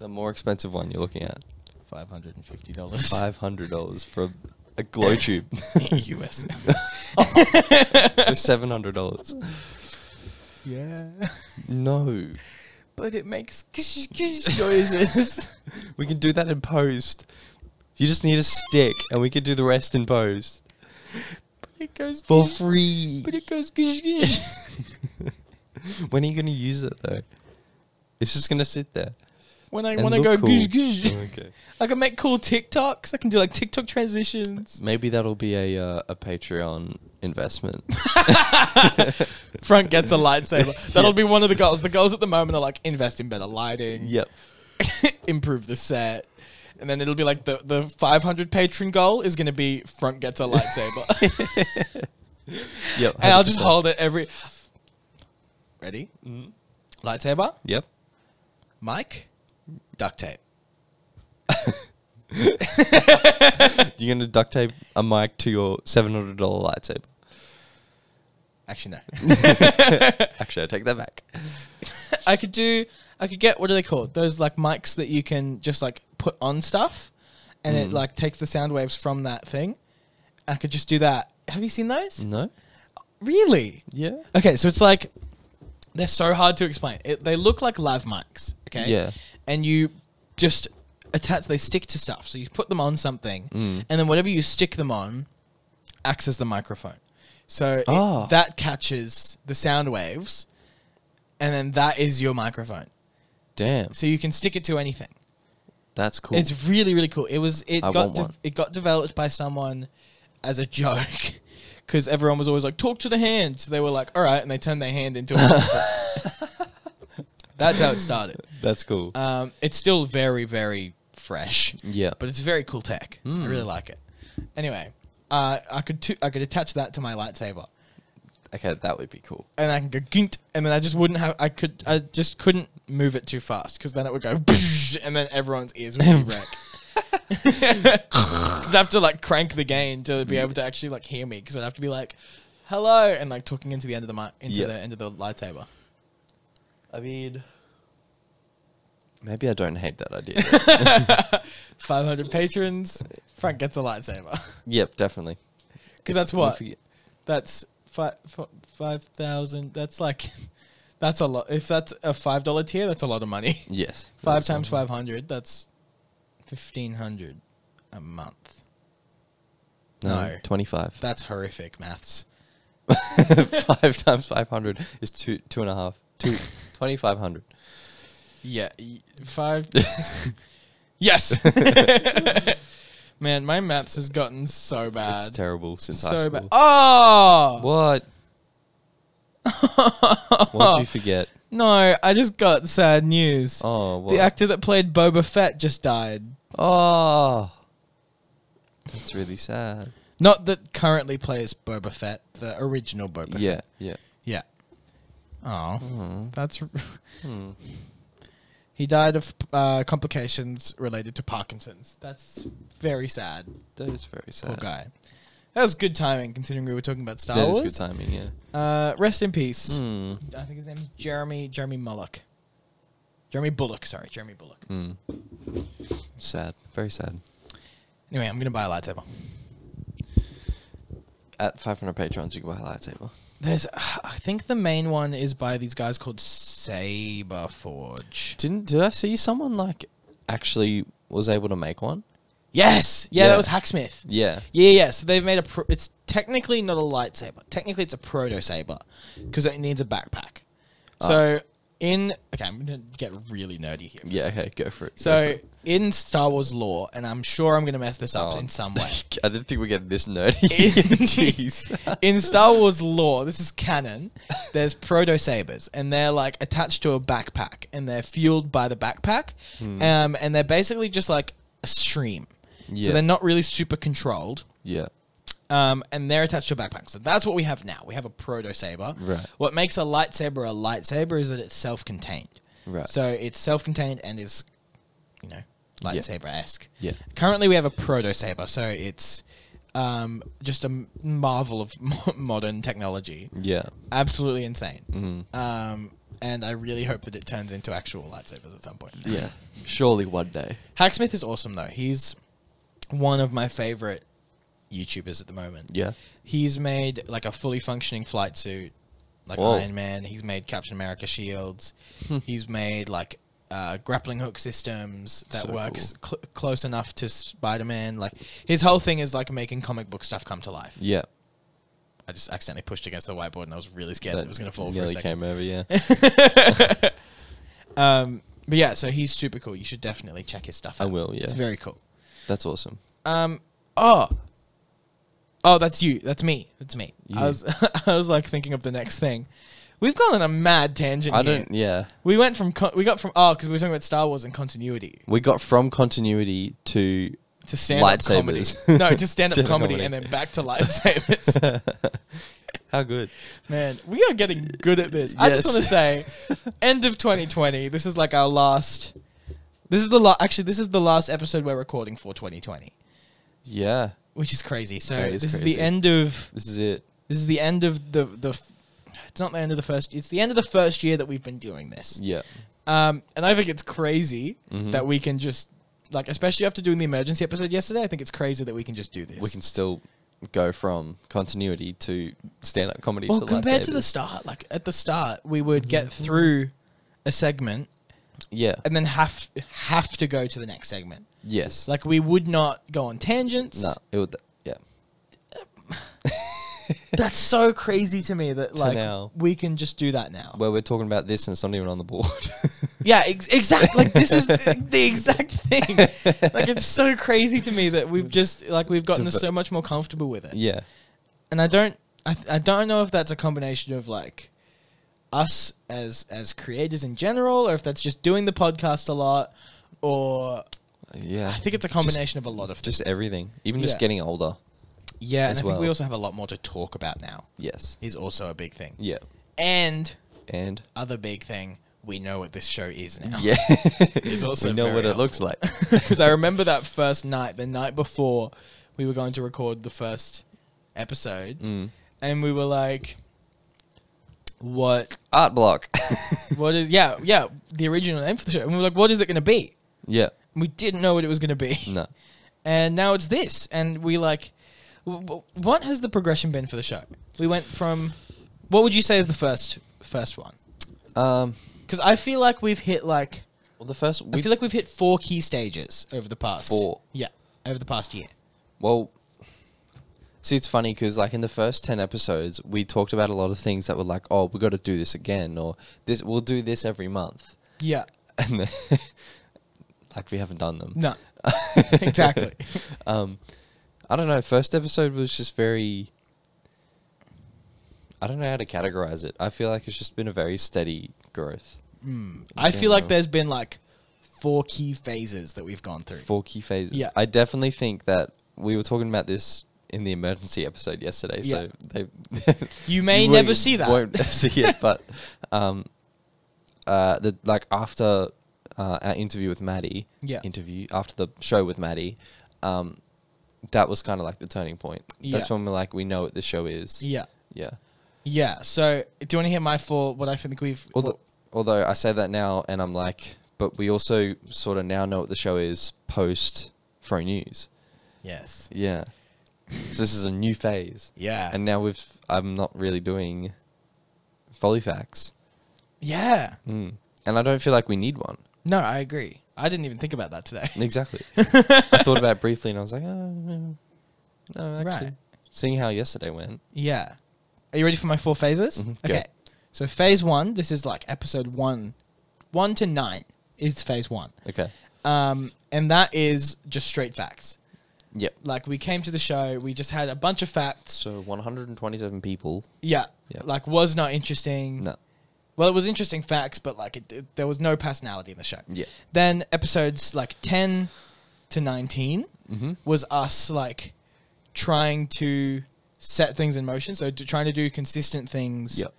[SPEAKER 2] The more expensive one you're looking at,
[SPEAKER 1] Five hundred and fifty dollars.
[SPEAKER 2] five hundred dollars for a, a glow tube.
[SPEAKER 1] US.
[SPEAKER 2] so seven hundred dollars.
[SPEAKER 1] Yeah.
[SPEAKER 2] No,
[SPEAKER 1] But it makes kish, kish noises.
[SPEAKER 2] we can do that in post. You just need a stick, and we could do the rest in post
[SPEAKER 1] but it goes.
[SPEAKER 2] for
[SPEAKER 1] kish,
[SPEAKER 2] free.
[SPEAKER 1] But it goes kish, kish.
[SPEAKER 2] when are you gonna use it though? It's just gonna sit there.
[SPEAKER 1] When I
[SPEAKER 2] and
[SPEAKER 1] want to
[SPEAKER 2] look
[SPEAKER 1] go
[SPEAKER 2] cool.
[SPEAKER 1] gish, gish.
[SPEAKER 2] Okay.
[SPEAKER 1] I can make cool TikToks. I can do like TikTok transitions.
[SPEAKER 2] Maybe that'll be a uh, a Patreon investment.
[SPEAKER 1] Frank gets a lightsaber. That'll be one of the goals. The goals at the moment are like invest in better lighting,
[SPEAKER 2] yep.
[SPEAKER 1] improve the set. And then it'll be like the, the 500 patron goal is going to be Frank gets a lightsaber.
[SPEAKER 2] Yep.
[SPEAKER 1] and I'll just
[SPEAKER 2] 100%.
[SPEAKER 1] hold it every. Ready?
[SPEAKER 2] Mhm.
[SPEAKER 1] Lightsaber,
[SPEAKER 2] Yep.
[SPEAKER 1] mic, duct tape.
[SPEAKER 2] You're gonna duct tape a mic to your seven hundred dollar lightsaber.
[SPEAKER 1] Actually, no.
[SPEAKER 2] Actually, I take that back.
[SPEAKER 1] I could do. I could get what are they called? Those like mics that you can just like put on stuff, and it
[SPEAKER 2] Mm.
[SPEAKER 1] like takes the sound waves from that thing. I could just do that. Have you seen those?
[SPEAKER 2] No.
[SPEAKER 1] Really?
[SPEAKER 2] Yeah.
[SPEAKER 1] Okay, so it's like they're so hard to explain. It, they look like lav mics. Okay.
[SPEAKER 2] Yeah.
[SPEAKER 1] And you just attach. They stick to stuff. So you put them on something,
[SPEAKER 2] Mm.
[SPEAKER 1] and then whatever you stick them on acts as the microphone. So it-
[SPEAKER 2] Ah.
[SPEAKER 1] that catches the sound waves, and then that is your microphone
[SPEAKER 2] Damn.
[SPEAKER 1] so you can stick it to anything.
[SPEAKER 2] That's cool.
[SPEAKER 1] It's really really cool. It was it
[SPEAKER 2] I
[SPEAKER 1] got
[SPEAKER 2] want
[SPEAKER 1] de-
[SPEAKER 2] one.
[SPEAKER 1] it got developed by someone as a joke because everyone was always like talk to the hand. So they were like all right, and they turned their hand into a. microphone. That's how it started.
[SPEAKER 2] That's cool.
[SPEAKER 1] Um, it's still very very fresh,
[SPEAKER 2] Uh, yeah.
[SPEAKER 1] but it's very cool tech. I
[SPEAKER 2] Mm.
[SPEAKER 1] really like it. Anyway, uh, I could tu- I could attach that to my lightsaber.
[SPEAKER 2] Okay, that would be cool.
[SPEAKER 1] And I can go gint, and then I just wouldn't have. I could, I just couldn't move it too fast because then it would go, and then everyone's ears would be wrecked. Because I'd have to like crank the gain to be able to actually like hear me. Because I'd have to be like, "Hello," and like talking into the end of the mic, into
[SPEAKER 2] Yeah.
[SPEAKER 1] the end of the lightsaber.
[SPEAKER 2] I mean, maybe I don't hate that idea.
[SPEAKER 1] Five hundred patrons. Frank gets a lightsaber.
[SPEAKER 2] yep, definitely.
[SPEAKER 1] 'Cause that's what- That's five five thousand. That's like, that's a lot. If that's a five dollar tier, that's a lot of money.
[SPEAKER 2] Yes.
[SPEAKER 1] Five
[SPEAKER 2] That's
[SPEAKER 1] times
[SPEAKER 2] something.
[SPEAKER 1] five hundred. That's fifteen hundred a month. No.
[SPEAKER 2] No, twenty-five.
[SPEAKER 1] That's horrific maths.
[SPEAKER 2] five times five hundred is two, two and a half, two, twenty-five hundred.
[SPEAKER 1] Yeah, y- five. yes. Man, my maths has gotten so bad.
[SPEAKER 2] It's terrible since high
[SPEAKER 1] so
[SPEAKER 2] school.
[SPEAKER 1] bad. Oh.
[SPEAKER 2] What? what did you forget?
[SPEAKER 1] No, I just got sad news.
[SPEAKER 2] Oh, what?
[SPEAKER 1] the actor that played Boba Fett just died.
[SPEAKER 2] oh, that's really sad.
[SPEAKER 1] Not that currently plays Boba Fett, the original Boba
[SPEAKER 2] yeah,
[SPEAKER 1] Fett.
[SPEAKER 2] yeah.
[SPEAKER 1] Yeah. Oh.
[SPEAKER 2] Oh,
[SPEAKER 1] That's
[SPEAKER 2] hmm.
[SPEAKER 1] he died of uh, complications related to Parkinson's. That's very sad.
[SPEAKER 2] That is very sad.
[SPEAKER 1] Poor guy. That was good timing considering we were talking about Star
[SPEAKER 2] That
[SPEAKER 1] Wars.
[SPEAKER 2] is good timing. Yeah.
[SPEAKER 1] Uh, rest in peace.
[SPEAKER 2] Hmm.
[SPEAKER 1] I think his name's Jeremy Jeremy Mullock. Jeremy Bullock, sorry, Jeremy Bullock.
[SPEAKER 2] Mm. Sad. Very sad.
[SPEAKER 1] Anyway, I'm gonna buy a lightsaber.
[SPEAKER 2] At 500 patrons, you can buy a lightsaber.
[SPEAKER 1] There's, I think the main one is by these guys called Saber Forge.
[SPEAKER 2] Didn't did I see someone like actually was able to make one?
[SPEAKER 1] Yes, yeah,
[SPEAKER 2] Yeah.
[SPEAKER 1] that was Hacksmith.
[SPEAKER 2] Yeah.
[SPEAKER 1] Yeah, yeah. So they've made a. Pro- it's technically not a lightsaber. Technically, it's a proto saber because it needs a backpack.
[SPEAKER 2] Ah.
[SPEAKER 1] So in okay, I'm gonna get really nerdy here.
[SPEAKER 2] Yeah. Okay. Go for it. go
[SPEAKER 1] So
[SPEAKER 2] for it.
[SPEAKER 1] in Star Wars lore, and I'm sure I'm gonna mess this up
[SPEAKER 2] Oh.
[SPEAKER 1] in some way.
[SPEAKER 2] I didn't think we get this nerdy. Jeez.
[SPEAKER 1] in Star Wars lore, this is canon. There's proto sabers, and they're like attached to a backpack, and they're fueled by the backpack,
[SPEAKER 2] Hmm.
[SPEAKER 1] um, and they're basically just like a stream.
[SPEAKER 2] Yeah.
[SPEAKER 1] So they're not really super controlled.
[SPEAKER 2] yeah.
[SPEAKER 1] um, and they're attached to a backpack. So that's what we have now. We have a proto saber.
[SPEAKER 2] Right.
[SPEAKER 1] What makes a lightsaber a lightsaber is that it's self-contained.
[SPEAKER 2] Right.
[SPEAKER 1] So it's self-contained and is, you know, lightsaber esque.
[SPEAKER 2] Yeah.
[SPEAKER 1] Currently, we have a proto saber, so it's um, just a m- marvel of mo- modern technology.
[SPEAKER 2] Yeah.
[SPEAKER 1] Absolutely insane.
[SPEAKER 2] Mm-hmm.
[SPEAKER 1] Um, and I really hope that it turns into actual lightsabers at some point.
[SPEAKER 2] Yeah. Surely one day.
[SPEAKER 1] Hacksmith is awesome though. He's one of my favorite YouTubers at the moment.
[SPEAKER 2] Yeah.
[SPEAKER 1] He's made like a fully functioning flight suit, like
[SPEAKER 2] Whoa. Hmm.
[SPEAKER 1] Iron Man. He's made Captain America shields. He's made like uh, grappling hook systems that
[SPEAKER 2] So
[SPEAKER 1] works cl- close enough to Spider Man. Like his whole thing is like making comic book stuff come to life.
[SPEAKER 2] Yeah.
[SPEAKER 1] I just accidentally pushed against the whiteboard and I was really scared that,
[SPEAKER 2] That
[SPEAKER 1] it was going to fall for a
[SPEAKER 2] nearly
[SPEAKER 1] second.
[SPEAKER 2] came over. Yeah.
[SPEAKER 1] Um, but yeah, so he's super cool. You should definitely check his stuff
[SPEAKER 2] I
[SPEAKER 1] out.
[SPEAKER 2] will,
[SPEAKER 1] It's
[SPEAKER 2] yeah.
[SPEAKER 1] very cool.
[SPEAKER 2] That's awesome.
[SPEAKER 1] Um. Oh. Oh, that's you. That's me. That's me.
[SPEAKER 2] You.
[SPEAKER 1] I was I was like thinking of the next thing. We've gone on a mad tangent.
[SPEAKER 2] I
[SPEAKER 1] here.
[SPEAKER 2] don't. Yeah.
[SPEAKER 1] We went from con- we got from oh because we were talking about Star Wars and continuity
[SPEAKER 2] We got from continuity to
[SPEAKER 1] to stand up comedy.
[SPEAKER 2] Lightsabers.
[SPEAKER 1] No, to stand up
[SPEAKER 2] Stand-up
[SPEAKER 1] comedy,
[SPEAKER 2] comedy.
[SPEAKER 1] and then back to lightsabers.
[SPEAKER 2] how good.
[SPEAKER 1] Man, we are getting good at this. I just
[SPEAKER 2] Yes.
[SPEAKER 1] want to say, end of 2020. This is like our last. This is the last. Actually, this is the last episode we're recording for 2020,
[SPEAKER 2] Yeah.
[SPEAKER 1] which is crazy. So
[SPEAKER 2] That is
[SPEAKER 1] this is
[SPEAKER 2] crazy.
[SPEAKER 1] the end of
[SPEAKER 2] This is it.
[SPEAKER 1] This is the end of the the. f- It's not the end of the first. It's the end of the first year that we've been doing this.
[SPEAKER 2] Yeah.
[SPEAKER 1] Um, and I think it's crazy
[SPEAKER 2] Mhm.
[SPEAKER 1] that we can just like, especially after doing the emergency episode yesterday. I think it's crazy that we can just do this.
[SPEAKER 2] We can still go from continuity to stand up comedy.
[SPEAKER 1] well,
[SPEAKER 2] to
[SPEAKER 1] compared to the
[SPEAKER 2] lightsabers.
[SPEAKER 1] start, like at the start, we
[SPEAKER 2] Mm-hmm.
[SPEAKER 1] would get through a segment
[SPEAKER 2] Yeah.
[SPEAKER 1] and then have have to go to the next segment.
[SPEAKER 2] Yes.
[SPEAKER 1] Like we would not go on tangents.
[SPEAKER 2] no. It would. Yeah.
[SPEAKER 1] That's so crazy to me that
[SPEAKER 2] To
[SPEAKER 1] like
[SPEAKER 2] now.
[SPEAKER 1] we can just do that now.
[SPEAKER 2] Well, we're talking about this and it's not even on the board.
[SPEAKER 1] Yeah, ex- exactly. Like this is the the exact thing. Like it's so crazy to me that we've just like we've gotten
[SPEAKER 2] Devo-
[SPEAKER 1] so much more comfortable with it.
[SPEAKER 2] yeah.
[SPEAKER 1] And I don't, I, th- I don't know if that's a combination of like us as as creators in general, or if that's just doing the podcast a lot, or
[SPEAKER 2] Yeah.
[SPEAKER 1] I think it's a combination of a lot of
[SPEAKER 2] just
[SPEAKER 1] things.
[SPEAKER 2] everything. Even just
[SPEAKER 1] Yeah.
[SPEAKER 2] getting older.
[SPEAKER 1] Yeah, and
[SPEAKER 2] as
[SPEAKER 1] I think we
[SPEAKER 2] well.
[SPEAKER 1] also have a lot more to talk about now.
[SPEAKER 2] Yes.
[SPEAKER 1] Is also a big thing.
[SPEAKER 2] Yeah.
[SPEAKER 1] And
[SPEAKER 2] And
[SPEAKER 1] other big thing, we know what this show is now.
[SPEAKER 2] yeah,
[SPEAKER 1] It's also
[SPEAKER 2] we know
[SPEAKER 1] very
[SPEAKER 2] what it looks like.
[SPEAKER 1] because I remember that first night, the night before we were going to record the first episode,
[SPEAKER 2] Mm.
[SPEAKER 1] and we were like, "What?
[SPEAKER 2] Art block.
[SPEAKER 1] What is? Yeah, yeah, the original name for the show." And we were like, "What is it going to be?"
[SPEAKER 2] yeah.
[SPEAKER 1] And we didn't know what it was going to be,
[SPEAKER 2] No.
[SPEAKER 1] and now it's this, and we like, w- w- what has the progression been for the show? We went from, what would you say is the first first one?
[SPEAKER 2] Um.
[SPEAKER 1] Because I feel like we've hit like
[SPEAKER 2] Well, the first
[SPEAKER 1] I
[SPEAKER 2] we
[SPEAKER 1] feel like we've hit four key stages over the past
[SPEAKER 2] Four.
[SPEAKER 1] yeah over the past year.
[SPEAKER 2] Well, see, it's funny because like in the first ten episodes, we talked about a lot of things that were like, "Oh, we got to do this again," or "This we'll do this every month,"
[SPEAKER 1] Yeah.
[SPEAKER 2] and then, like we haven't done them.
[SPEAKER 1] No. exactly.
[SPEAKER 2] Um, I don't know. First episode was just very. I don't know how to categorize it. I feel like it's just been a very steady growth. Mm,
[SPEAKER 1] I feel like
[SPEAKER 2] General.
[SPEAKER 1] there's been like four key phases that we've gone through.
[SPEAKER 2] Four key phases.
[SPEAKER 1] Yeah.
[SPEAKER 2] I definitely think that we were talking about this in the emergency episode yesterday. So they
[SPEAKER 1] You may
[SPEAKER 2] won't-
[SPEAKER 1] never see that.
[SPEAKER 2] Won't see it, but um, uh, the like after uh, our interview with Maddie,
[SPEAKER 1] Yeah.
[SPEAKER 2] interview after the show with Maddie, um, that was kind of like the turning point. That's
[SPEAKER 1] Yeah.
[SPEAKER 2] when we're like, we know what the show is.
[SPEAKER 1] Yeah.
[SPEAKER 2] yeah.
[SPEAKER 1] Yeah. So do you want to hear my four? What I think we've.
[SPEAKER 2] Although, although I say that now, and I'm like, but we also sort of now know what the show is post Fro News.
[SPEAKER 1] Yes.
[SPEAKER 2] Yeah. so this is a new phase.
[SPEAKER 1] Yeah.
[SPEAKER 2] And now we've I'm not really doing folly facts.
[SPEAKER 1] yeah.
[SPEAKER 2] Mm. And I don't feel like we need one.
[SPEAKER 1] No, I agree. I didn't even think about that today.
[SPEAKER 2] Exactly. I thought about it briefly and I was like, oh, no, no actually.
[SPEAKER 1] Right.
[SPEAKER 2] Seeing how yesterday went.
[SPEAKER 1] Yeah. Are you ready for my four phases?
[SPEAKER 2] Mhm, go.
[SPEAKER 1] Okay. So phase one, this is like episode one, one to nine is phase one,
[SPEAKER 2] Okay.
[SPEAKER 1] um, and that is just straight facts.
[SPEAKER 2] Yep.
[SPEAKER 1] Like we came to the show, we just had a bunch of facts.
[SPEAKER 2] So 127 people.
[SPEAKER 1] Yeah.
[SPEAKER 2] Yeah.
[SPEAKER 1] Like was not interesting.
[SPEAKER 2] No.
[SPEAKER 1] Well, it was interesting facts, but like it, it- there was no personality in the show.
[SPEAKER 2] Yeah.
[SPEAKER 1] Then episodes like ten to nineteen
[SPEAKER 2] Mm-hmm.
[SPEAKER 1] was us like trying to set things in motion, so to, trying to do consistent things
[SPEAKER 2] Yep.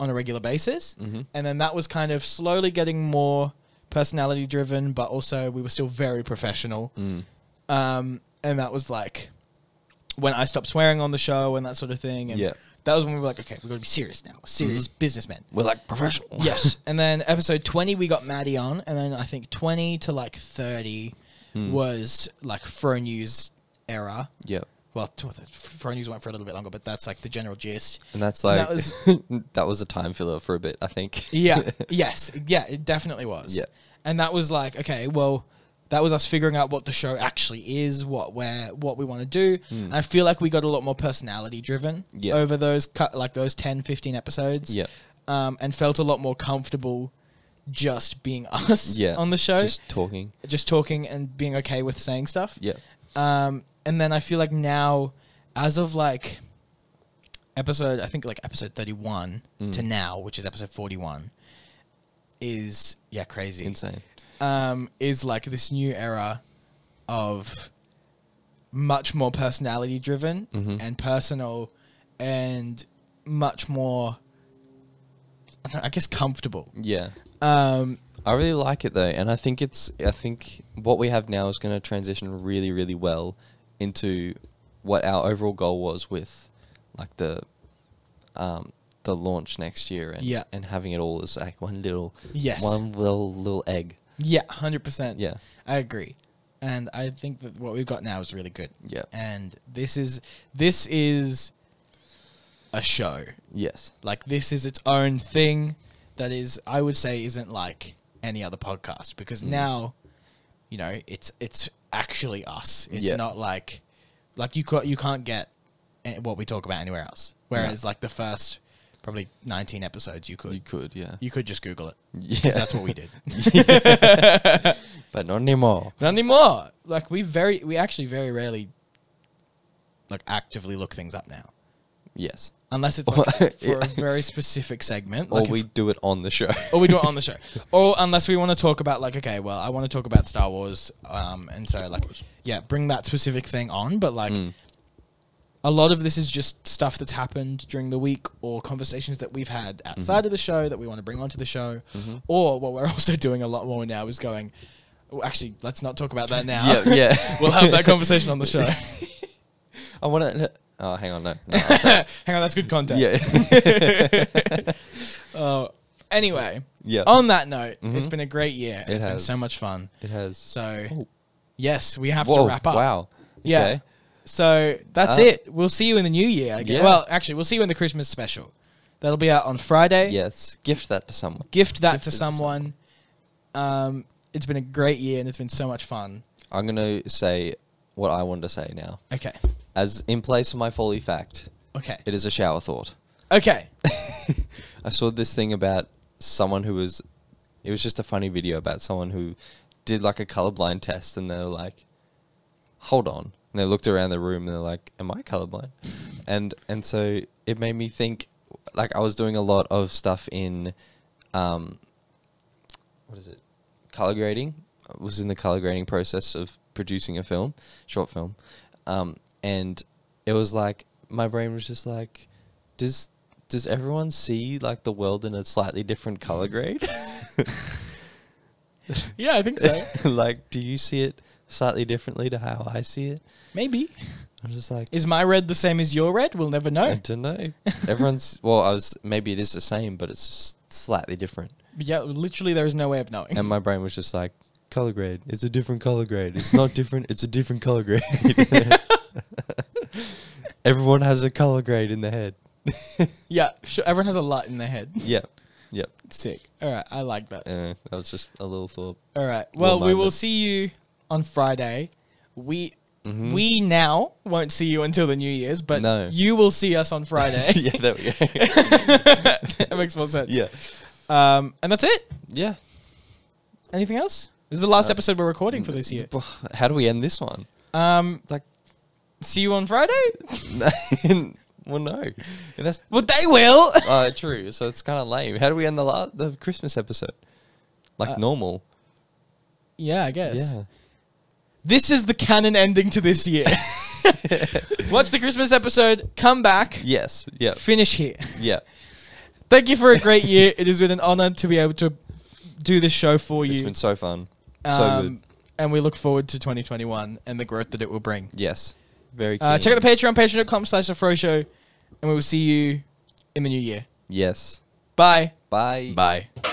[SPEAKER 1] on a regular basis.
[SPEAKER 2] Mm-hmm.
[SPEAKER 1] And then that was kind of slowly getting more personality driven, but also we were still very professional.
[SPEAKER 2] Mm.
[SPEAKER 1] Um, and that was like when I stopped swearing on the show and that sort of thing. And
[SPEAKER 2] Yeah. Mm-hmm.
[SPEAKER 1] that was when we were like, okay, we're going to be serious now. We're serious businessmen.
[SPEAKER 2] We're like professional.
[SPEAKER 1] Yes. and then episode 20, we got Maddie on. And then I think 20 to like 30
[SPEAKER 2] Mm.
[SPEAKER 1] was like Fro News era.
[SPEAKER 2] Yep.
[SPEAKER 1] Well, t- Fro News went for a little bit longer, but that's like the general gist.
[SPEAKER 2] And that's
[SPEAKER 1] And
[SPEAKER 2] like
[SPEAKER 1] that
[SPEAKER 2] that was, a time filler for a bit, I think.
[SPEAKER 1] Yeah. yes. Yeah. It definitely was.
[SPEAKER 2] Yeah.
[SPEAKER 1] And that was like, okay, well, that was us figuring out what the show actually is, what we're, what we want to do. And I feel like we got a lot more personality driven
[SPEAKER 2] Hmm. Yeah.
[SPEAKER 1] over those cut like those 10, 15 episodes.
[SPEAKER 2] yeah.
[SPEAKER 1] Um, and felt a lot more comfortable just being us
[SPEAKER 2] Yeah.
[SPEAKER 1] on the show, just,
[SPEAKER 2] Just talking.
[SPEAKER 1] talking and being okay with saying stuff.
[SPEAKER 2] Yeah.
[SPEAKER 1] Um, and then I feel like now, as of like episode, I think like episode 31
[SPEAKER 2] Mm.
[SPEAKER 1] to now, which is episode 41, is yeah, crazy.
[SPEAKER 2] Insane.
[SPEAKER 1] Um, is like this new era of much more personality driven
[SPEAKER 2] Mhm.
[SPEAKER 1] and personal and much more, I, don't, I guess, comfortable.
[SPEAKER 2] Yeah.
[SPEAKER 1] Um,
[SPEAKER 2] I really like it though, and I think it's I think what we have now is going to transition really, really well into what our overall goal was with like the um, the launch next year, and
[SPEAKER 1] Yeah.
[SPEAKER 2] and having it all as like one little
[SPEAKER 1] Yes.
[SPEAKER 2] one little little egg,
[SPEAKER 1] yeah, 100%.
[SPEAKER 2] yeah,
[SPEAKER 1] I agree, and I think that what we've got now is really good.
[SPEAKER 2] Yeah.
[SPEAKER 1] and this is this is a show.
[SPEAKER 2] yes,
[SPEAKER 1] Like this is its own thing that is, I would say, isn't like any other podcast because
[SPEAKER 2] Mm.
[SPEAKER 1] now, you know, it's it's actually us. It's
[SPEAKER 2] Yeah.
[SPEAKER 1] not like like you ca- you can't get eh, what we talk about anywhere else. Whereas like the first probably nineteen episodes, you could
[SPEAKER 2] you Mm.
[SPEAKER 1] you,
[SPEAKER 2] could, yeah,
[SPEAKER 1] could just Google it. 'cause
[SPEAKER 2] Yeah.
[SPEAKER 1] that's what we did.
[SPEAKER 2] but not anymore.
[SPEAKER 1] Not anymore. Like we very, we actually very rarely, like actively look things up now,
[SPEAKER 2] Yes,
[SPEAKER 1] unless it's like for
[SPEAKER 2] Yeah.
[SPEAKER 1] a very specific segment,
[SPEAKER 2] or
[SPEAKER 1] like if-
[SPEAKER 2] we do it on the show.
[SPEAKER 1] or we do it on the show, or unless we want to talk about like, okay, well, I want to talk about Star Wars, um, and so like, yeah, bring that specific thing on, but like.
[SPEAKER 2] Mm.
[SPEAKER 1] A lot of this is just stuff that's happened during the week or conversations that we've had
[SPEAKER 2] Mm-hmm.
[SPEAKER 1] outside of the show that we want to bring onto the show. Or what we're also doing a lot more now is going, well, actually, let's not talk about that now.
[SPEAKER 2] Yeah, yeah.
[SPEAKER 1] we'll have that conversation on the show.
[SPEAKER 2] I want to. Oh, hang on, no, no I'll say-
[SPEAKER 1] Hang on, that's good content.
[SPEAKER 2] yeah,
[SPEAKER 1] Oh, anyway,
[SPEAKER 2] yeah.
[SPEAKER 1] on that note, it's
[SPEAKER 2] Mhm.
[SPEAKER 1] been a great year. and
[SPEAKER 2] It
[SPEAKER 1] It's been
[SPEAKER 2] has.
[SPEAKER 1] so much fun.
[SPEAKER 2] it has.
[SPEAKER 1] So,
[SPEAKER 2] Oh.
[SPEAKER 1] yes, we have
[SPEAKER 2] Whoa,
[SPEAKER 1] to wrap up.
[SPEAKER 2] Wow.
[SPEAKER 1] Yeah.
[SPEAKER 2] Okay.
[SPEAKER 1] So that's
[SPEAKER 2] Uh,
[SPEAKER 1] it. We'll see you in the new year. I guess.
[SPEAKER 2] Yeah.
[SPEAKER 1] Well, actually, we'll see you in the Christmas special. That'll be out on Friday.
[SPEAKER 2] Yes, gift that to someone.
[SPEAKER 1] Gift that
[SPEAKER 2] Gift
[SPEAKER 1] to
[SPEAKER 2] it to someone.
[SPEAKER 1] someone. Um, it's been a great year and it's been so much fun.
[SPEAKER 2] I'm gonna say what I wanted to say now.
[SPEAKER 1] Okay.
[SPEAKER 2] As in place of my folly fact,
[SPEAKER 1] Okay.
[SPEAKER 2] it is a shower thought.
[SPEAKER 1] Okay.
[SPEAKER 2] I saw this thing about someone who was. It was just a funny video about someone who did like a colorblind test, and they were like, "Hold on," and they looked around the room, and they're like, "Am I colorblind?" And and so it made me think. Like I was doing a lot of stuff in, um, what is it? Color grading. I was in the color grading process of producing a film, short film, um, and it was like my brain was just like, does does everyone see like the world in a slightly different color grade?
[SPEAKER 1] yeah, I think so.
[SPEAKER 2] like, do you see it slightly differently to how I see it?
[SPEAKER 1] Maybe.
[SPEAKER 2] I'm just like,
[SPEAKER 1] Is my red the same as your red? We'll never know.
[SPEAKER 2] I don't know. Everyone's well, I was maybe it is the same, but it's just slightly different.
[SPEAKER 1] But yeah, literally, there is no way of knowing.
[SPEAKER 2] and my brain was just like, color grade. It's a different color grade. It's not different. It's a different color grade. Everyone has a color grade in their head.
[SPEAKER 1] yeah, sure, everyone has a lot in their head.
[SPEAKER 2] Yep. Yep.
[SPEAKER 1] Sick. All right, I like that.
[SPEAKER 2] Uh, that was just a little thought.
[SPEAKER 1] All right.
[SPEAKER 2] Little
[SPEAKER 1] Well, we will
[SPEAKER 2] moment.
[SPEAKER 1] see you on Friday. We
[SPEAKER 2] Mhm.
[SPEAKER 1] we now won't see you until the New Year's, but
[SPEAKER 2] No.
[SPEAKER 1] you will see us on Friday.
[SPEAKER 2] yeah, there we go.
[SPEAKER 1] that makes more sense.
[SPEAKER 2] yeah.
[SPEAKER 1] Um, and that's it.
[SPEAKER 2] Yeah.
[SPEAKER 1] Anything else? This is the last
[SPEAKER 2] Uh,
[SPEAKER 1] episode we're recording for this year.
[SPEAKER 2] How do we end this one?
[SPEAKER 1] Um,
[SPEAKER 2] Like,
[SPEAKER 1] see you on Friday.
[SPEAKER 2] well, no. And that's
[SPEAKER 1] Well, they will.
[SPEAKER 2] uh, true. So it's kind of lame. How do we end the la- the Christmas episode? Like
[SPEAKER 1] Uh,
[SPEAKER 2] normal.
[SPEAKER 1] yeah, I guess.
[SPEAKER 2] Yeah.
[SPEAKER 1] This is the canon ending to this year. Watch the Christmas episode. Come back.
[SPEAKER 2] Yes. Yeah.
[SPEAKER 1] Finish here.
[SPEAKER 2] Yeah.
[SPEAKER 1] Thank you for a great year. It has been an honor to be able to do this show for
[SPEAKER 2] It's
[SPEAKER 1] you.
[SPEAKER 2] been so fun. so good.
[SPEAKER 1] Um, And we look forward to 2021 and the growth that it will bring.
[SPEAKER 2] Yes. Very.
[SPEAKER 1] Uh, check
[SPEAKER 2] keen.
[SPEAKER 1] out the Patreon, patreon.com slash The Fro Show, and we will see you in the new year.
[SPEAKER 2] Yes.
[SPEAKER 1] Bye.
[SPEAKER 2] Bye.
[SPEAKER 1] Bye.